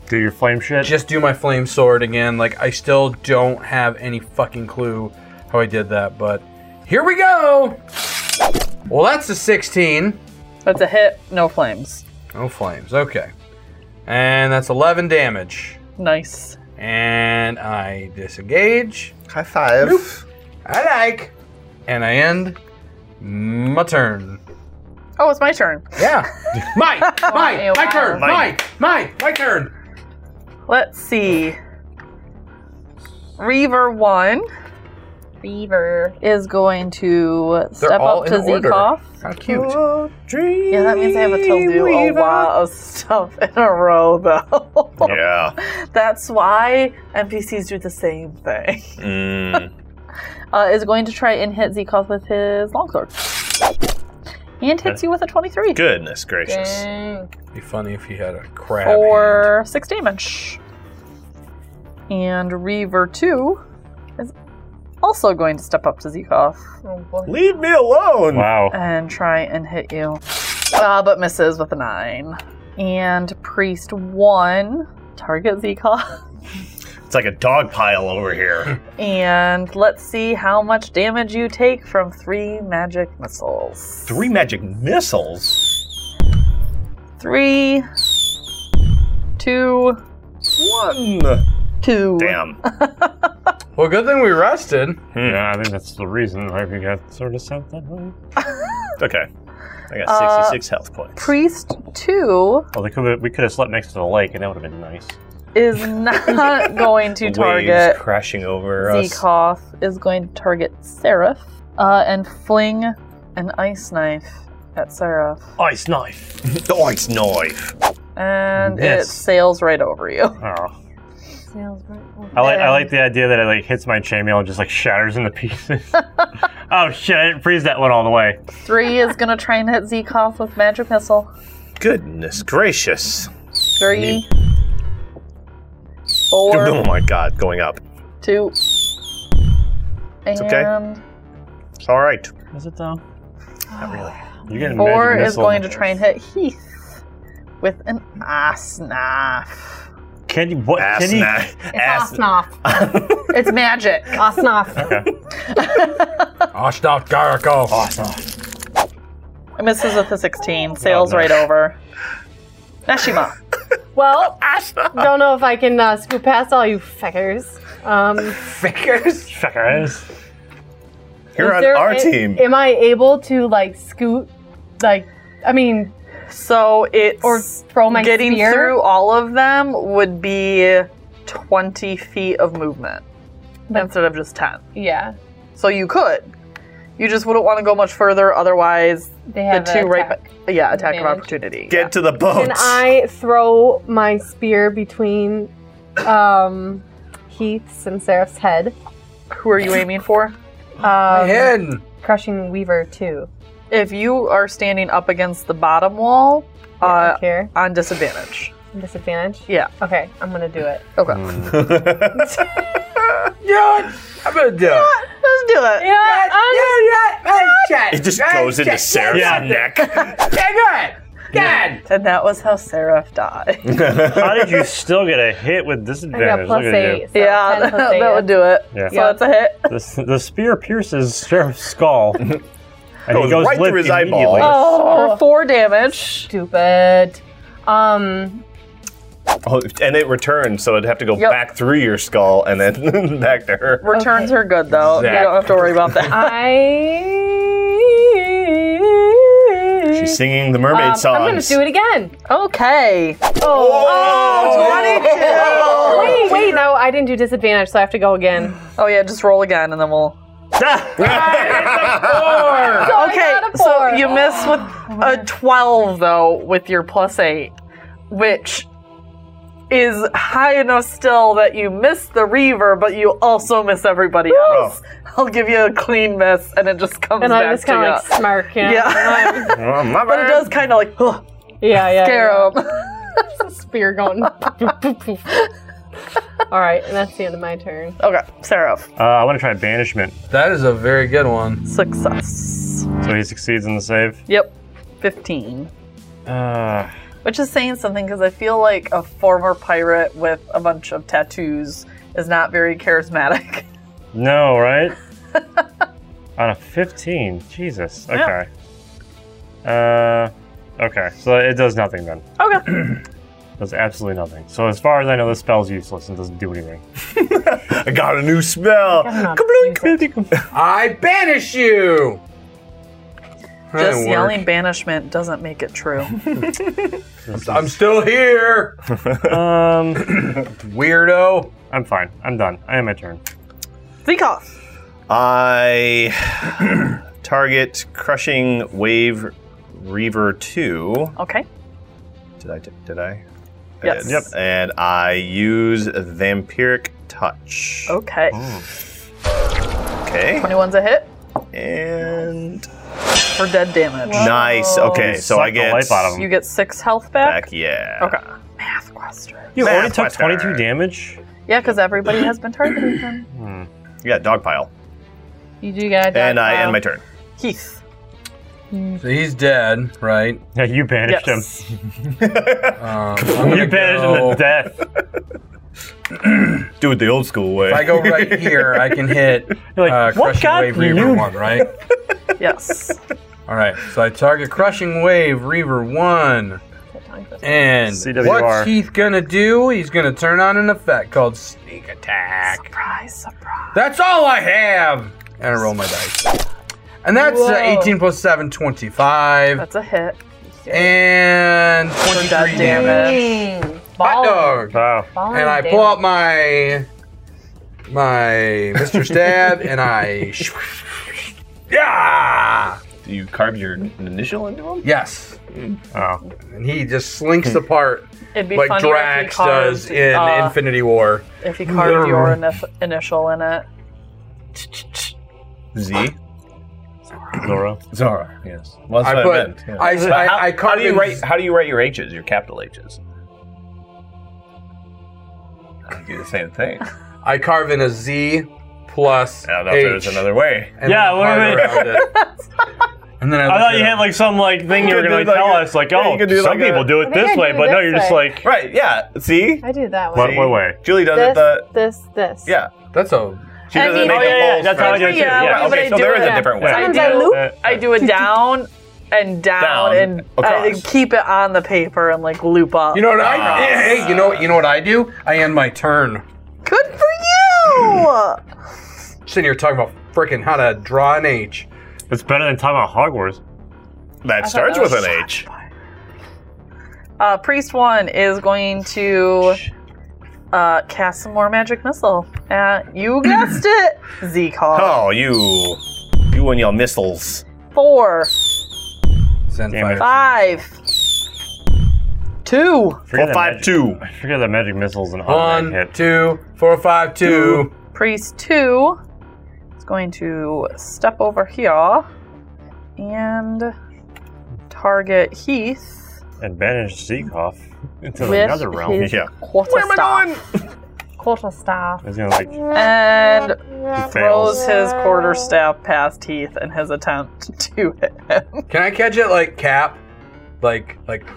G: Do your flame shit.
A: just do my flame sword again. Like I still don't have any fucking clue how I did that, but here we go. Well, that's a 16.
B: That's a hit, no flames.
A: No flames. Okay, and that's 11 damage.
B: Nice.
A: And I disengage.
C: High five.
A: I like. And I end my turn.
B: Oh, it's my turn.
A: Yeah. [LAUGHS] my, my,
B: Wow.
A: my turn. My, my, my turn.
B: Let's see. Reaver one
E: Beaver.
B: is going to
A: They're
B: step
A: all
B: up to
A: in order.
B: Zekoff.
A: How cute.
B: Yeah, that means I have to do a lot of stuff in a row, though.
C: Yeah.
B: [LAUGHS] That's why NPCs do the same thing.
C: Mm.
B: Uh, is going to try and hit Zekoff with his longsword. And hits you with a 23
C: Goodness gracious.
E: Dang.
A: be funny if you had a crab. hand.
B: for 6 damage. And Reaver 2 is also going to step up to Zekoff
E: Oh boy.
C: Leave me alone.
G: Wow.
B: and try and hit you. Uh, but misses with a 9. And Priest 1, target Zekoff. [LAUGHS]
C: It's like a dog pile over
D: [LAUGHS]
C: here.
B: And let's see how much damage you take from three magic missiles.
C: Three magic missiles.
B: Three, two,
C: One.
B: two.
C: Damn.
A: Well, good thing we rested.
G: Yeah, I think that's the reason why we got sort of sent that way.
C: Okay. I
B: Uh,
C: got 66 health points.
B: Priest two
G: Oh, they could we could have slept next to the lake, and that would have been nice.
B: is [LAUGHS] not going to
C: Waves
B: target.
C: crashing over us.
B: Zekoth is going to target Seraph uh, and fling an ice knife at Seraph,
G: Ice knife.
C: The ice knife.
B: and
G: Miss.
B: it sails right over you. [LAUGHS]
G: Oh,
E: Sales right.
G: I like I like the idea that it like hits my chainmail and just like shatters into pieces. [LAUGHS] oh shit! I didn't freeze that one all the way.
B: Three is going to try and hit Zekoth with magic missile.
C: Goodness gracious.
B: Three, four.
C: oh my god, going up.
B: Two. and
C: okay. It's all right.
G: Is it though?
C: Not really.
G: You get a
B: four
G: magic
B: is
G: missile.
B: going to try and hit Heath with an ass knife.
G: Can you what?
C: Ass
G: can [LAUGHS]
C: [LAUGHS]
G: you?
C: knife. Ass
E: Osnoff.
B: It's magic. [LAUGHS]
E: Osnoff.
A: Oshnoff Garako.
G: Awesome.
B: It misses with a 16.
G: Oh,
B: Sails right over. Nashima.
E: Well, don't know if I can uh, scoot past all you feckers. Um,
A: Fingers.
G: Fuckers.
C: Here
E: is
C: on
E: there
C: our
E: a-
C: team.
E: Am I able to like scoot, like, I mean,
B: So it's
E: or throw my
B: getting
E: spear?
B: through all of them would be 20 feet of movement
E: But-
B: instead of just 10.
E: Yeah,
B: So you could. You just wouldn't want to go much further, otherwise
E: they
B: the
E: have
B: two
E: an
B: right
E: attack.
B: back. Yeah, attack of
E: Advantage.
B: opportunity.
C: Get to the boat.
E: Can I throw my spear between um, Heath's and Seraph's
B: yeah.
E: head?
B: Who are you aiming for?
E: Um,
A: Hidden.
E: Crushing Weaver too.
B: If you are standing up against the bottom wall,
E: I
B: uh,
E: don't care.
B: on disadvantage.
E: Disadvantage.
B: Yeah.
E: Okay, I'm gonna do it.
B: Okay.
G: Mm.
A: Yeah, I'm gonna do it.
B: Let's do it.
E: Yeah.
C: it just goes into Sarah's
G: Yeah.
C: neck.
B: And that was how Seraph died.
G: [LAUGHS] How did you still get a hit with
E: I got
G: disadvantage? Look
E: plus
G: at you.
E: eight.
B: [LAUGHS]
E: So 10 plus eight.
B: that would do it.
G: Yeah.
B: So that's a hit.
G: The, the spear pierces Sheriff's
C: [LAUGHS]
G: skull. and
C: Goes right through
G: limp
C: his eyeball.
G: immediately.
B: For four damage.
E: Stupid. Um,
C: [LAUGHS] Oh, and it returns, so it'd have to go
B: Yep.
C: back through your skull and then [LAUGHS] back to her.
B: Returns are good though. You don't have to worry about
E: [LAUGHS]
B: that.
E: I.
C: She's singing the mermaid
E: Um,
C: songs.
E: I'm gonna do it again.
B: okay. Oh,
E: Oh, wait, wait, no, I didn't do disadvantage, so I have to go
B: [LAUGHS]
E: again.
B: Oh yeah, just roll again and then we'll. okay,
E: got a
B: so
E: four. Oh,
B: you miss with a 12 though with your plus 8, which is high enough still that you miss the Reaver, but you also miss everybody else. I'll give you a clean miss, and it just comes
E: And
B: back
E: I just
B: to
E: kind
B: you.
E: of like smirk. You know? [LAUGHS]
B: Yeah.
D: Oh, my
B: but it
D: bad.
B: does kind of like huh,
E: yeah, yeah.
B: scare
E: yeah.
B: 'em.
E: Spear [LAUGHS] going. All right, and that's the end of my turn.
B: okay, Seraph,
D: Uh, I want to try banishment.
A: That is a very good one.
B: success.
D: So he succeeds in the save.
B: Yep, fifteen.
D: Uh,
B: Which is saying something because I feel like a former pirate with a bunch of tattoos is not very charismatic. [LAUGHS]
D: no, right? [LAUGHS] On a 15. Jesus. Okay. Uh, okay. So it does nothing then.
B: Okay.
D: Does absolutely nothing. So as far as I know, this spell's useless and doesn't do anything.
C: I got a new spell.
E: I'm not
C: Kabloink.
A: I banish you. That
B: Just
A: didn't work.
B: yelling banishment doesn't make it true.
A: I'm still here,
D: Um, [COUGHS]
A: weirdo.
D: I'm fine. I'm done. I am my turn.
B: Zekoff.
C: I [CLEARS THROAT] target crushing wave reaver two.
B: Okay.
C: Did I? Did I? I
B: Yes.
C: did. And I use vampiric touch.
B: Okay.
A: Hmm.
C: Okay.
B: 21's a hit
C: And
B: for dead damage.
C: nice. Okay, so
D: Suck
C: I
D: the
C: get
D: life out of him.
B: You get six health back.
C: back. Yeah.
B: Okay. Math question.
D: You
C: Math
D: already took
C: question.
D: 22 damage? [LAUGHS]
B: Yeah, because everybody has been targeting him.
A: [CLEARS THROAT]
C: Yeah. Dog pile.
E: You do got
C: And I
E: um,
C: end my turn.
B: Heath.
A: So he's dead, right?
D: Yeah, you banished [LAUGHS]
B: Yes.
A: Um, I'm
D: him.
A: gonna
D: You banished
A: go-
D: him to death. [LAUGHS]
C: Do it the old school way.
A: If I go right here, I can hit
D: [LAUGHS] You're
A: uh,
D: like, what
A: crushing
D: got
A: wave reaver
D: you?
A: one, right?
B: Yes.
A: All right, so I target crushing wave reaver one, and
D: CWR.
A: what's Heath gonna do? He's gonna turn on an effect called sneak attack.
B: surprise, surprise.
A: That's all I have. And I roll my dice. And that's uh,
B: Whoa.
A: 18 plus 7, 25.
B: That's a hit.
A: And 23
B: dead
A: damage.
B: damage.
A: Hot dog.
D: Wow.
A: And I pull out my my [LAUGHS] Mr. Stab and I [LAUGHS] Yeah!
C: Do you carve your initial into him?
A: Yes.
D: Oh.
A: And he just slinks apart
B: It'd be
A: like
B: funny if
A: Drax
B: he carved,
A: does in
B: uh,
A: Infinity War.
B: if he carved your inif- initial in it.
C: Z.
D: Zora.
C: Zara. Yes. Well, that's
A: I
C: what
A: put
C: I meant. yeah.
A: I,
C: But
A: I,
C: how,
A: I
C: how
A: carved
C: do you
A: in-
C: write? How do you write your H's? Your capital H's. I do the same thing.
A: I carve in a Z plus
C: I don't know if there's
A: H.
C: another way.
A: and
D: Yeah,
A: then
D: wait a
A: hide
D: minute.
A: around it. [LAUGHS] and then I,
D: I
A: look
D: thought
A: it
D: you
A: up.
D: had like some like thing you were
C: could
D: gonna
C: do
D: like,
C: like
D: tell
C: a-
D: us like
C: yeah,
D: oh
C: you could do
D: some
C: like a-
D: people do it
E: I think
D: this
E: I
D: way
E: do
D: but
E: it
D: no
E: this
D: you're just
E: way.
D: like
C: Right? Yeah. See.
E: I do it that way.
D: what, what way
C: Julie does
E: This,
C: it the.
E: this, this.
C: Yeah.
A: That's a
C: She
B: I
C: doesn't
B: mean-
C: make
B: Oh,
C: a
B: yeah,
D: yeah,
C: full
D: that's how I do it,
C: spread.
D: too. Yeah,
C: Yeah.
B: but I
C: Okay. So
B: do
C: there
B: it
C: is a
B: that-
C: different way.
D: Yeah.
E: Sometimes
B: I
E: I
B: do.
E: loop.
D: Uh,
B: I do a down and down,
C: Down,
B: and I,
C: across.
B: and keep it on the paper and like loop up.
A: You know what I? hey, you know what? You know what I do? I end my turn.
B: good for you.
A: Sitting here talking about freaking how to draw an H.
D: it's better than talking about Hogwarts
C: That starts with an H.
B: Uh, Priest one is going to uh, cast some more magic missile. Uh, you guessed it, Z call
C: Oh, you, you and your missiles.
B: four,
A: Send
D: Damn it.
A: fire.
B: five, two.
D: Forget
C: Four,
D: that
C: five,
D: magic-
C: two.
D: I forget that magic missile's an
A: One,
D: automatic hit
A: two, four, five, two.
B: Priest two is going to step over here and target Heath
D: and banish Zekoff into
B: with
D: another realm [LAUGHS]
B: his
C: Yeah.
B: quarterstaff.
E: Quarter staff.
D: he's gonna like he
B: And
D: fails
B: throws his quarterstaff past Heath in his attempt [LAUGHS] to hit him.
A: Can I catch it like cap? Like like.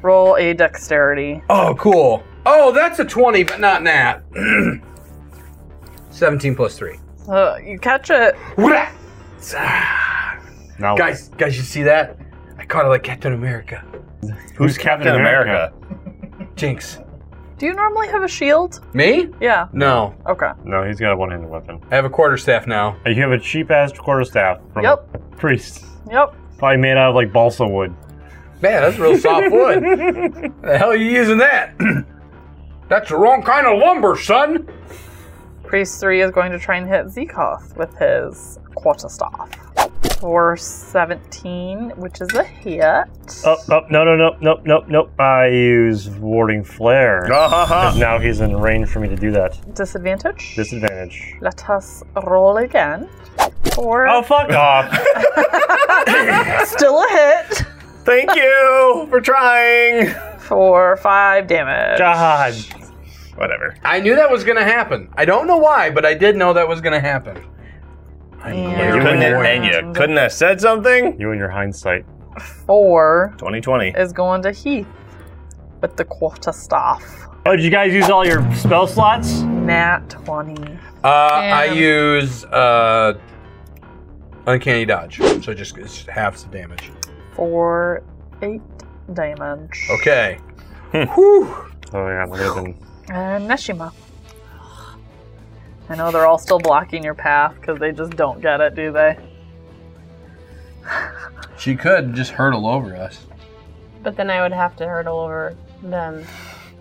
B: Roll a dexterity.
A: Oh, cool. Oh, that's a twenty, but not nat. [CLEARS THROAT] Seventeen plus three.
B: Uh, you catch it.
D: now
A: Guys, guys, you see that? I caught it like Captain America.
D: who's Captain
C: Captain America.
D: America
A: Jinx.
B: Do you normally have a shield?
A: Me?
B: Yeah.
A: No,
B: Okay.
D: no he's got a one handed weapon
A: I have a quarterstaff now.
D: and you have a cheap ass quarterstaff from
B: Yep.
D: a priest
B: Yep.
D: probably made out of like balsa wood
A: Man, that's real soft
D: [LAUGHS]
A: wood. the hell are you using that? [CLEARS THROAT] that's the wrong kind of lumber, son.
B: Priest three is going to try and hit Zekoth with his quarterstaff. for 17, which is a hit.
D: Oh, oh, no, no, no, no, no, no. I use Warding Flare. Because now he's in range for me to do that.
B: Disadvantage. [LAUGHS]
D: Disadvantage.
B: Let us roll again. Four.
D: Oh, fuck off.
B: [LAUGHS] Still a hit
C: Thank you for trying.
B: for five damage.
D: God.
C: Whatever.
A: I knew that was going to happen. I don't know why, but I did know that was going to happen.
B: And
C: You and, and you couldn't have said something.
D: You and your hindsight.
B: Four
C: 2020.
B: is going to Heath with the quarter staff.
D: Oh, did you guys use all your spell slots?
B: Nat 20.
A: Uh, I
E: Damn.
A: use uh, uncanny dodge, so just it's half the damage.
B: for eight damage.
A: Okay.
C: Hmm.
D: Oh, yeah, that would have been.
B: And Neshima. I know they're all still blocking your path because they just don't get it, do they?
A: She could just hurtle over us.
E: But then I would have to hurdle over them.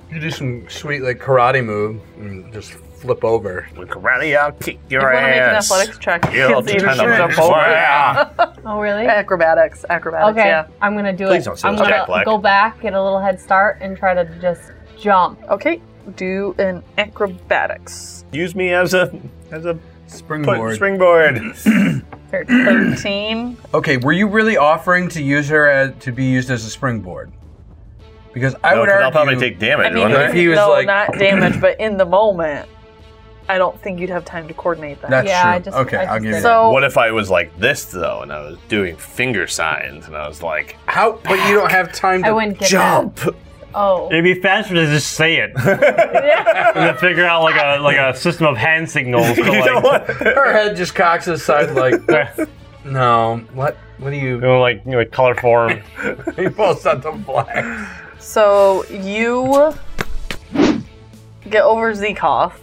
A: You do some sweet like karate move and just flip over.
C: Karate, I'll kick
B: If you
C: your
B: want to make an
C: ass.
B: athletics check, you
C: You'll
B: [LAUGHS] can see if you
C: turn
B: can
C: them
B: jump
C: in.
B: over.
D: [LAUGHS]
C: Yeah.
E: Oh, really?
B: Acrobatics, acrobatics,
E: Okay,
B: yeah.
E: I'm gonna do
C: Please
E: it.
C: don't say
E: I'm
C: it's
E: gonna
C: Jack Black.
E: go back, get a little head start, and try to just jump.
B: Okay, do an acrobatics.
C: Use me as a as a put,
A: Springboard.
D: [LAUGHS]
C: springboard.
B: 13.
A: okay, were you really offering to use her as, to be used as a springboard? Because I
C: No,
A: would
C: 'cause
A: argue.
C: I'll probably take damage.
B: I mean,
C: wouldn't
A: if
B: if
A: he was
B: no,
A: like-
B: not damage, but in the moment, I don't think you'd have time to coordinate that.
A: That's
E: Yeah,
A: true.
E: I just-
A: okay,
E: I
A: will
E: just
A: give you
E: did
A: that.
B: so
C: What if I was like this though, and I was doing finger signs, and I was like,
A: How? But you don't have time to
E: [LAUGHS] I wouldn't get
C: jump.
E: That.
C: [LAUGHS]
E: Oh,
D: It'd be faster to just say it and then figure out like a like a system of hand signals. To,
C: [LAUGHS] You know
D: like, [LAUGHS]
C: what?
A: Her head just cocks aside like, [LAUGHS] no. What? What do
D: you
A: you? [LAUGHS]
D: know, like you know, like color form.
A: You both set the flag.
B: So you get over Zekoff.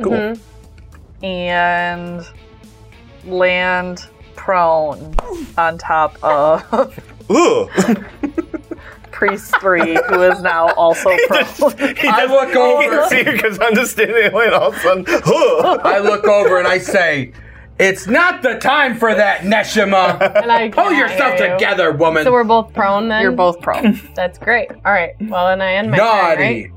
C: Cool.
B: Mm-hmm. And land prone on top of [LAUGHS]
C: Ooh.
B: Priest 3, who is now
D: [LAUGHS]
B: also prone.
C: He
A: I
C: doesn't-
A: look
C: he can't [LAUGHS]
A: over.
C: see you because I'm just standing there, and all of a sudden, [LAUGHS] huh.
A: I look over and I say, "It's not the time for that, Neshima.
E: [LAUGHS] and I
A: Pull
E: cannot
A: yourself
E: hear you.
A: together, woman."
E: So we're both prone then.
B: [LAUGHS] You're both
D: [LAUGHS]
B: prone.
E: That's great. All right. Well, then I end my turn,
A: naughty.
E: right?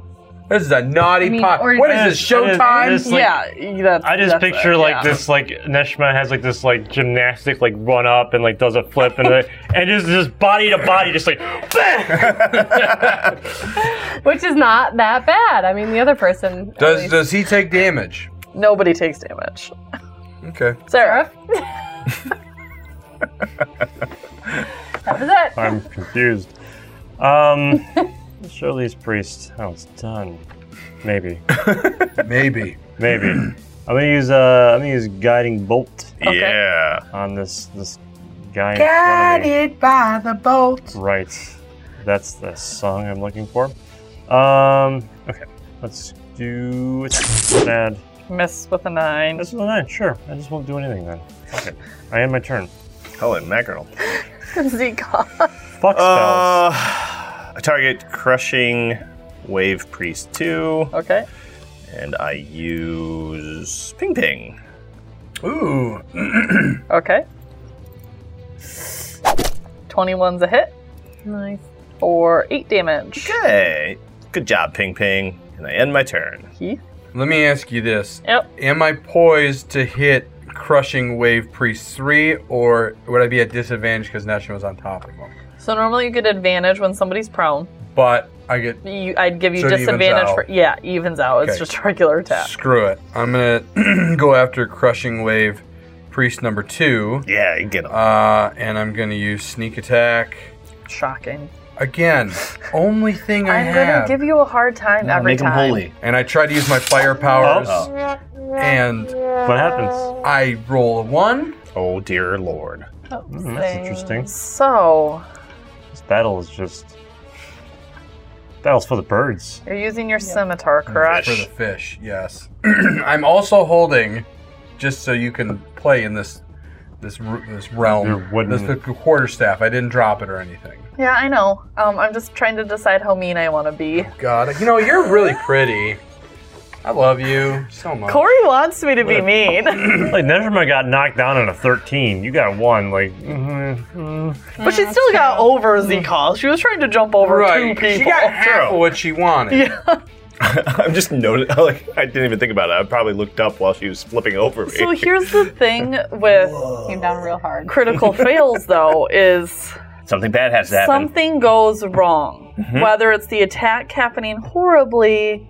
A: This is a naughty
E: I mean,
A: pot.
E: or-
A: What is
D: That
A: this
D: is- that is-
A: showtime?
D: that is- like-
B: yeah, that's,
D: I just
B: that's it,
D: picture like
B: yeah.
D: this like Neshma has like this like gymnastic like run up and like does a flip and
B: [LAUGHS]
D: like, and just just body to body just like [LAUGHS]
E: Which is not that bad. I mean, the other person. at
A: does
E: least-
A: does he take damage?
B: Nobody takes damage.
A: Okay.
B: Sarah,
E: that was it.
D: I'm confused.
B: [LAUGHS]
D: Um, show these priests how it's done. Maybe,
A: Maybe.
D: maybe. I'm gonna use uh, I'm gonna use guiding bolt
C: Yeah.
D: on this this guy. Guided by the bolt. Right. That's the song I'm looking for. Um. Okay. Let's do it. Bad.
B: miss with a nine.
D: This is a nine. Sure. I just won't do anything then. Okay. I end my turn.
C: Holy mackerel.
B: [LAUGHS] Zekoff.
D: Fuck spells.
C: Uh, I target crushing wave priest two,
B: Okay.
C: and I use ping ping.
A: Ooh.
B: Okay. 21's a hit
E: Nice.
B: for eight damage.
C: Okay. Good job, ping ping. And I end my turn.
B: Heath.
A: Let me ask you this:
B: Yep.
A: Am I poised to hit crushing wave priest three, or would I be at disadvantage because Neshima's on top of him?
B: So normally you get advantage when somebody's prone.
A: But I get
B: You, I'd give you
A: So it evens
B: disadvantage
A: out.
B: for yeah, evens out. It's
A: Okay.
B: just a regular attack.
A: Screw it. I'm gonna [CLEARS THROAT] go after Crushing Wave Priest number two,
C: Yeah, you get him.
A: uh, and I'm gonna use sneak attack
B: Shocking. [LAUGHS]
A: again. Only thing I
B: I'm
A: have,
B: gonna give you a hard time every
C: Make him
B: time.
C: holy.
A: and I try to use my fire powers,
C: Oh.
A: and
D: what happens?
A: I roll a one.
C: Oh dear lord. [LAUGHS]
D: Hmm, that's interesting.
B: So
D: This battle is just. Battle's for the birds.
B: you're using your scimitar, correct?
A: for the fish. Yes, [CLEARS THROAT] I'm also holding, just so you can play in this this r- this
D: Your
A: realm. This
D: wooden.
A: the quarterstaff. I didn't drop it or anything.
B: Yeah, I know. Um, I'm just trying to decide how mean I want to be.
A: God, you know you're really pretty. I love you so much.
B: Corey wants me to be
A: [LAUGHS]
B: mean,
D: Like Nezrima got knocked down on a 13. You got one. Like
B: but she still got over Z call. She was trying to jump over
A: right.
B: two people.
A: She got half of what she wanted.
C: I'm just noted. [LAUGHS] Like I didn't even think about it. I probably looked up while she was flipping over me.
B: So here's the thing with
E: Came down real hard.
B: critical fails though is
C: something bad has to happen.
B: something goes wrong. Whether it's the attack happening horribly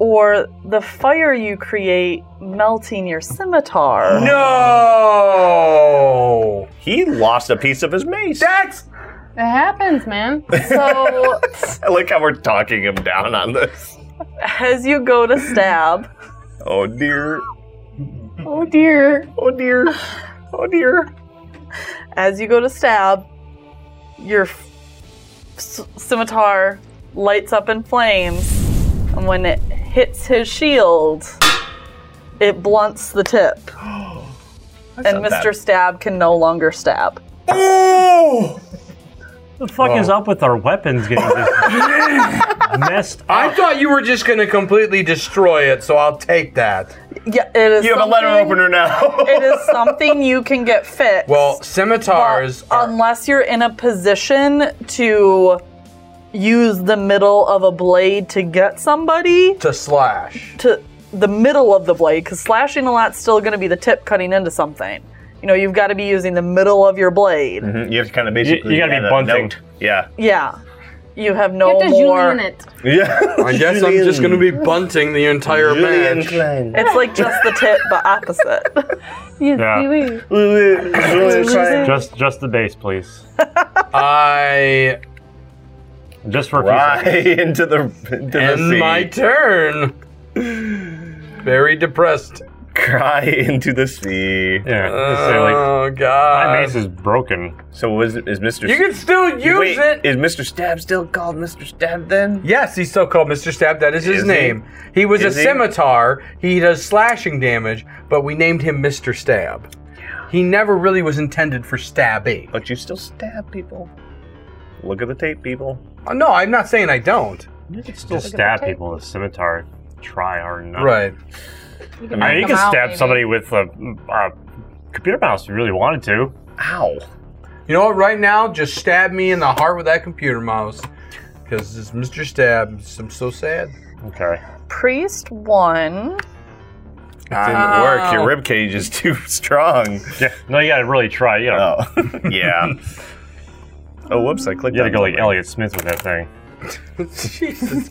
B: or the fire you create melting your scimitar.
A: [LAUGHS] No.
C: He lost a piece of his mace. [LAUGHS]
A: That's
E: It happens, man.
B: So
C: I like how we're talking him down on this.
B: as you go to stab,
C: Oh dear.
E: oh dear.
C: Oh dear. Oh dear.
B: as you go to stab, your f- s- scimitar lights up in flames, and when it hits his shield, it blunts the
C: [GASPS]
B: tip, and
C: not
B: Mr. Stab can no longer stab.
D: Oh! the fuck is up with our weapons getting just [LAUGHS] messed up?
A: I thought you were just gonna completely destroy it, so I'll take that.
B: Yeah, it is.
C: You have a letter
B: something-
C: opener now.
B: It is something you can
C: [LAUGHS]
B: get fixed.
A: Well,
B: but
A: scimitars are
B: unless you're in a position to use the middle of a blade to get somebody,
A: to slash.
B: to the middle of the blade because slashing a lot's still going to be the tip cutting into something. You know, you've got to be using the middle of your blade.
C: [LAUGHS] you have to kind of basically.
D: you gotta be
C: add a
D: bunting.
C: note.
D: [LAUGHS]
C: Yeah.
B: Yeah, you have
E: You
B: no
E: have to
B: more.
E: Julian it.
C: [LAUGHS] Yeah.
A: I guess I'm just gonna be bunting the entire
C: Julian
A: match.
C: Klein.
B: It's like just the tip, but
E: [LAUGHS]
B: opposite.
E: Yes,
D: Yeah.
E: you will.
C: Julian
A: [LAUGHS]
C: Klein.
D: Just just the base, please.
A: I
D: Just for a few
C: Right
D: seconds.
C: [LAUGHS] into the into the sea.
A: end
C: [LAUGHS]
A: my turn. Very depressed.
C: Cry into the sea.
D: Yeah. Just say like
A: Oh
C: Uh,
D: my mace
A: god.
D: is broken.
C: So was is Mr.
A: You can still use
C: Wait,
A: it.
C: is Mr. Stab still called Mr. Stab then?
A: Yes, he's still called Mr. Stab. That is his
C: Is he?
A: name. He, was a
C: Is he?
A: scimitar. He does slashing damage, but we named him Mr. Stab. He never really was intended for stabbing.
C: But you still stab people. Look at the tape, people.
A: Uh, No, I'm not saying I don't.
D: You can still stab people with a scimitar. Try hard enough.
A: Right.
C: I
D: I mean, you
C: mean,
E: Come
D: can
E: out,
D: stab
E: maybe.
D: somebody with a, a computer mouse if you really wanted to.
C: ow.
A: You know what? Right now, just stab me in the heart with that computer mouse. Because it's Mr. Stab. I'm so sad. [LAUGHS]
D: Okay.
B: Priest one.
C: It didn't work. Your rib cage is too [LAUGHS] strong.
D: Yeah. No, you gotta really try. You know,
C: Oh, [LAUGHS]
D: [LAUGHS]
C: yeah. Oh, whoops! I clicked.
D: you
C: on
D: gotta go like
C: something.
D: Elliot Smith with that thing.
A: Jesus.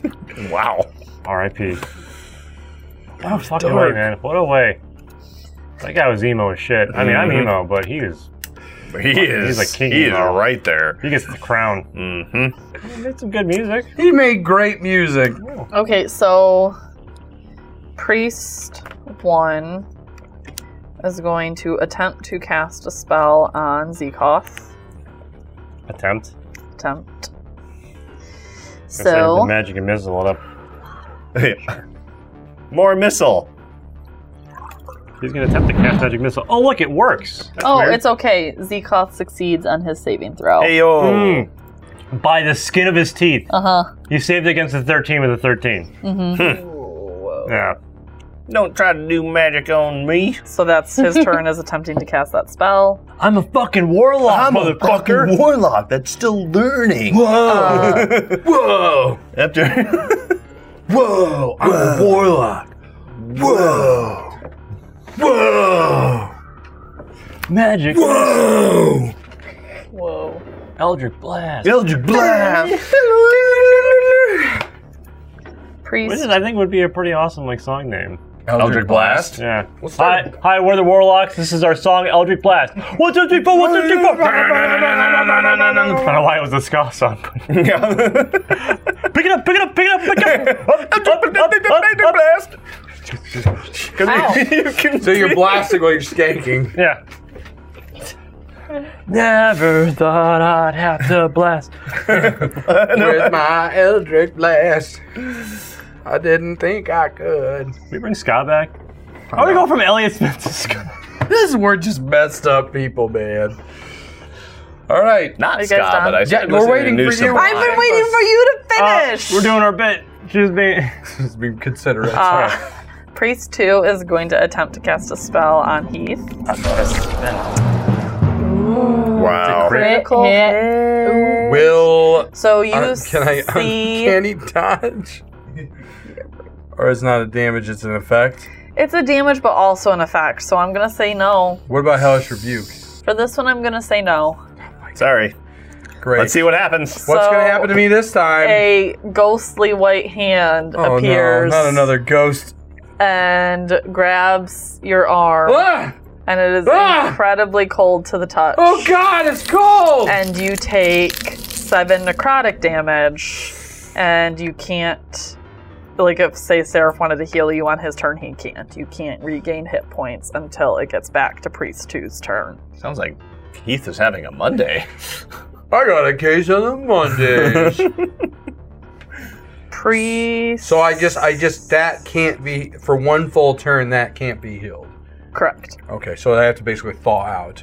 C: Wow. [SIGHS]
D: R.I.P. What a Oh, fucking way, man. What a way. That guy was emo as shit. I mean, I'm
C: Mhm.
D: emo, but he was.
C: He is.
D: a king,
C: He is
D: though.
C: right there.
D: He gets the crown.
C: Mm-hmm.
D: He made some good music.
A: he made great music.
B: Okay, so priest one is going to attempt to cast a spell on Zekoth.
D: Attempt.
B: Attempt.
D: Instead of the
B: So
D: magic and missile it up.
C: More missile.
D: He's gonna attempt to cast magic missile. Oh, look, it works. That's
B: Oh,
D: weird.
B: it's okay. Zekoth succeeds on his saving throw.
C: Hey yo.
D: Mm. By the skin of his teeth.
B: Uh huh.
D: He saved against the 13 with a 13.
B: Mm-hmm.
D: Yeah.
C: Don't try to do magic on me.
B: So that's his turn is attempting to cast that spell.
D: I'm a fucking warlock, motherfucker.
C: fucking warlock that's still learning. Whoa.
A: Whoa!
C: After.
A: Whoa! I'm a warlock. Whoa! Whoa!
D: magic.
A: Whoa!
B: Whoa.
D: Eldritch blast.
C: Eldritch blast.
D: Which
B: Priest
D: is, I think, would be a pretty awesome like song name.
C: Eldritch blast.
D: Yeah.
A: What's
D: Hi, hi, we're the Warlocks. This is our song, Eldritch Blast. One, two, three, four. One, two, three,
C: [LAUGHS]
D: four. I don't know why it was a ska song. pick it up, pick it up, pick it up, pick it up.
C: blast. [LAUGHS]
D: [LAUGHS]
C: you can
A: So you're blasting while you're [LAUGHS] skanking.
D: Yeah. Never thought I'd have to blast.
C: [LAUGHS]
A: With my Eldritch blast. I didn't think I could.
D: we bring ska back? How do we go from Elliot Smith to ska?
A: This we're just messed up people, man. All right.
C: Not
B: you guys
C: ska,
B: done?
C: but I
A: Yeah,
C: started
A: we're
C: listening
A: waiting
C: to new
A: for you.
C: Sublime.
B: I've been waiting for you to
D: Uh,
B: finish.
D: we're doing our bit.
G: She's being.
A: Just being considerate.
B: Uh, Priest 2 is going to attempt to cast a spell on Heath.
C: Wow.
B: Critical hit.
A: Will
B: So you
A: uh, [LAUGHS] can I
B: see.
A: uncanny dodge? or it's not a damage; it's an effect.
B: It's a damage, but also an effect. So I'm going to say no.
A: What about hellish rebuke?
B: For this one, I'm going to say no.
C: Sorry.
A: Great.
C: Let's see what happens.
A: What's gonna
B: So,
A: happen to me this time?
B: A ghostly white hand
A: oh
B: appears
A: no! Not another ghost.
B: and grabs your arm,
A: Ah!
B: and it is
A: Ah!
B: incredibly cold to the touch.
A: Oh God! It's cold.
B: and you take seven necrotic damage, and you can't. Like if say Seraph wanted to heal you on his turn, he can't. You can't regain hit points until it gets back to Priest 2's turn.
C: Sounds like Heath is having a Monday. [LAUGHS]
A: I got a case on the [LAUGHS] Mondays.
B: Priest,
A: so I just, I just that can't be for one full turn. That can't be healed.
B: correct.
A: Okay, so I have to basically thaw out.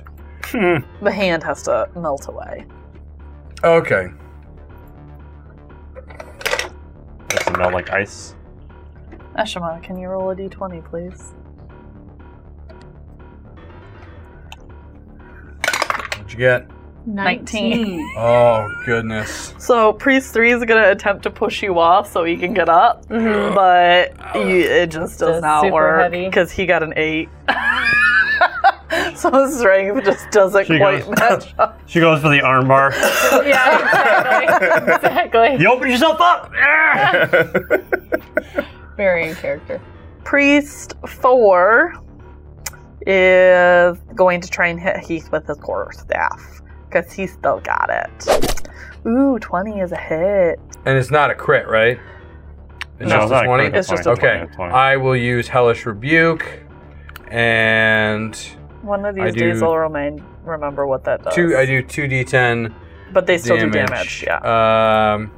B: The hand has to melt away.
A: Okay.
G: Does it melt like ice?
B: Ashima, can you roll a d20, please?
A: What'd you get?
B: 19.
A: Oh goodness.
B: So Priest 3 is going to attempt to push you off so he can get up, but you, it Mm-hmm. just does
E: Just
B: not
E: super
B: work
E: heavy.
B: because he got an 8. [LAUGHS] so his strength just doesn't
G: She
B: quite
G: goes-
B: match up.
G: She goes for the armbar.
E: [LAUGHS] yeah, exactly. exactly.
D: [LAUGHS]
G: you open yourself up! Ah!
E: Very in character.
B: Priest 4 is going to try and hit Heath with his quarterstaff because he's still got it. Ooh, 20 is a hit.
A: And it's not a crit, right? It's
G: No,
A: just
G: it's not
A: a
G: a
A: twenty.
G: crit,
B: It's just a
A: Okay,
G: 20.
A: I will use Hellish Rebuke, and
B: One of
A: I
B: these days
A: do-
B: I'll remain, remember what that does.
A: two. I do two D10
B: But they still
A: damage.
B: do damage, yeah.
A: Um,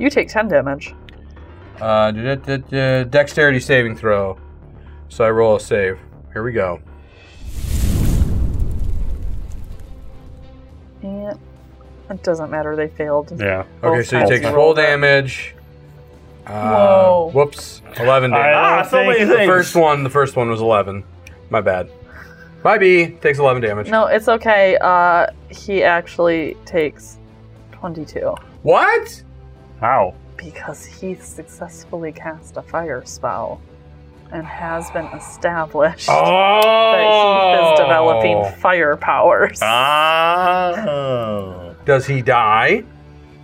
B: You take 10 damage.
A: uh, da- da- da- da- dexterity saving throw. So I roll a save. Here we go.
B: Yeah. It doesn't matter, they failed.
G: Yeah.
A: Okay,
B: Both
A: so you
B: times
A: take
B: you
A: full
B: rolled it.
A: damage. Uh,
E: Whoa.
A: Whoops, eleven damage.
G: I
D: Ah,
C: so many
G: think
A: The first one, the first one was eleven. My bad. My B takes eleven damage.
B: No, it's okay. Uh, he actually takes 22
A: What?
G: How?
B: because he successfully cast a fire spell and has been established
A: Oh.
B: that he is developing fire powers.
A: Ah.
C: Ah.
A: Does he die?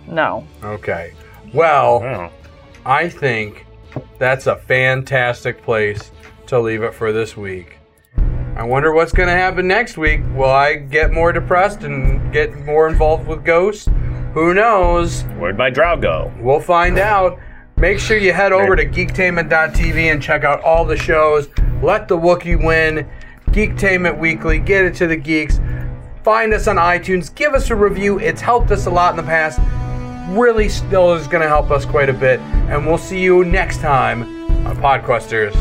B: No.
A: Okay. Well,
G: Wow.
A: I think that's a fantastic place to leave it for this week. I wonder what's going to happen next week. Will I get more depressed and get more involved with ghosts? Who knows?
C: Where'd my drow go?
A: We'll find out. Make sure you head over to geektainment.tv and check out all the shows. Let the Wookiee win. Geektainment Weekly. Get it to the geeks. Find us on iTunes. Give us a review. It's helped us a lot in the past. Really, still is going to help us quite a bit. And we'll see you next time on Podquesters.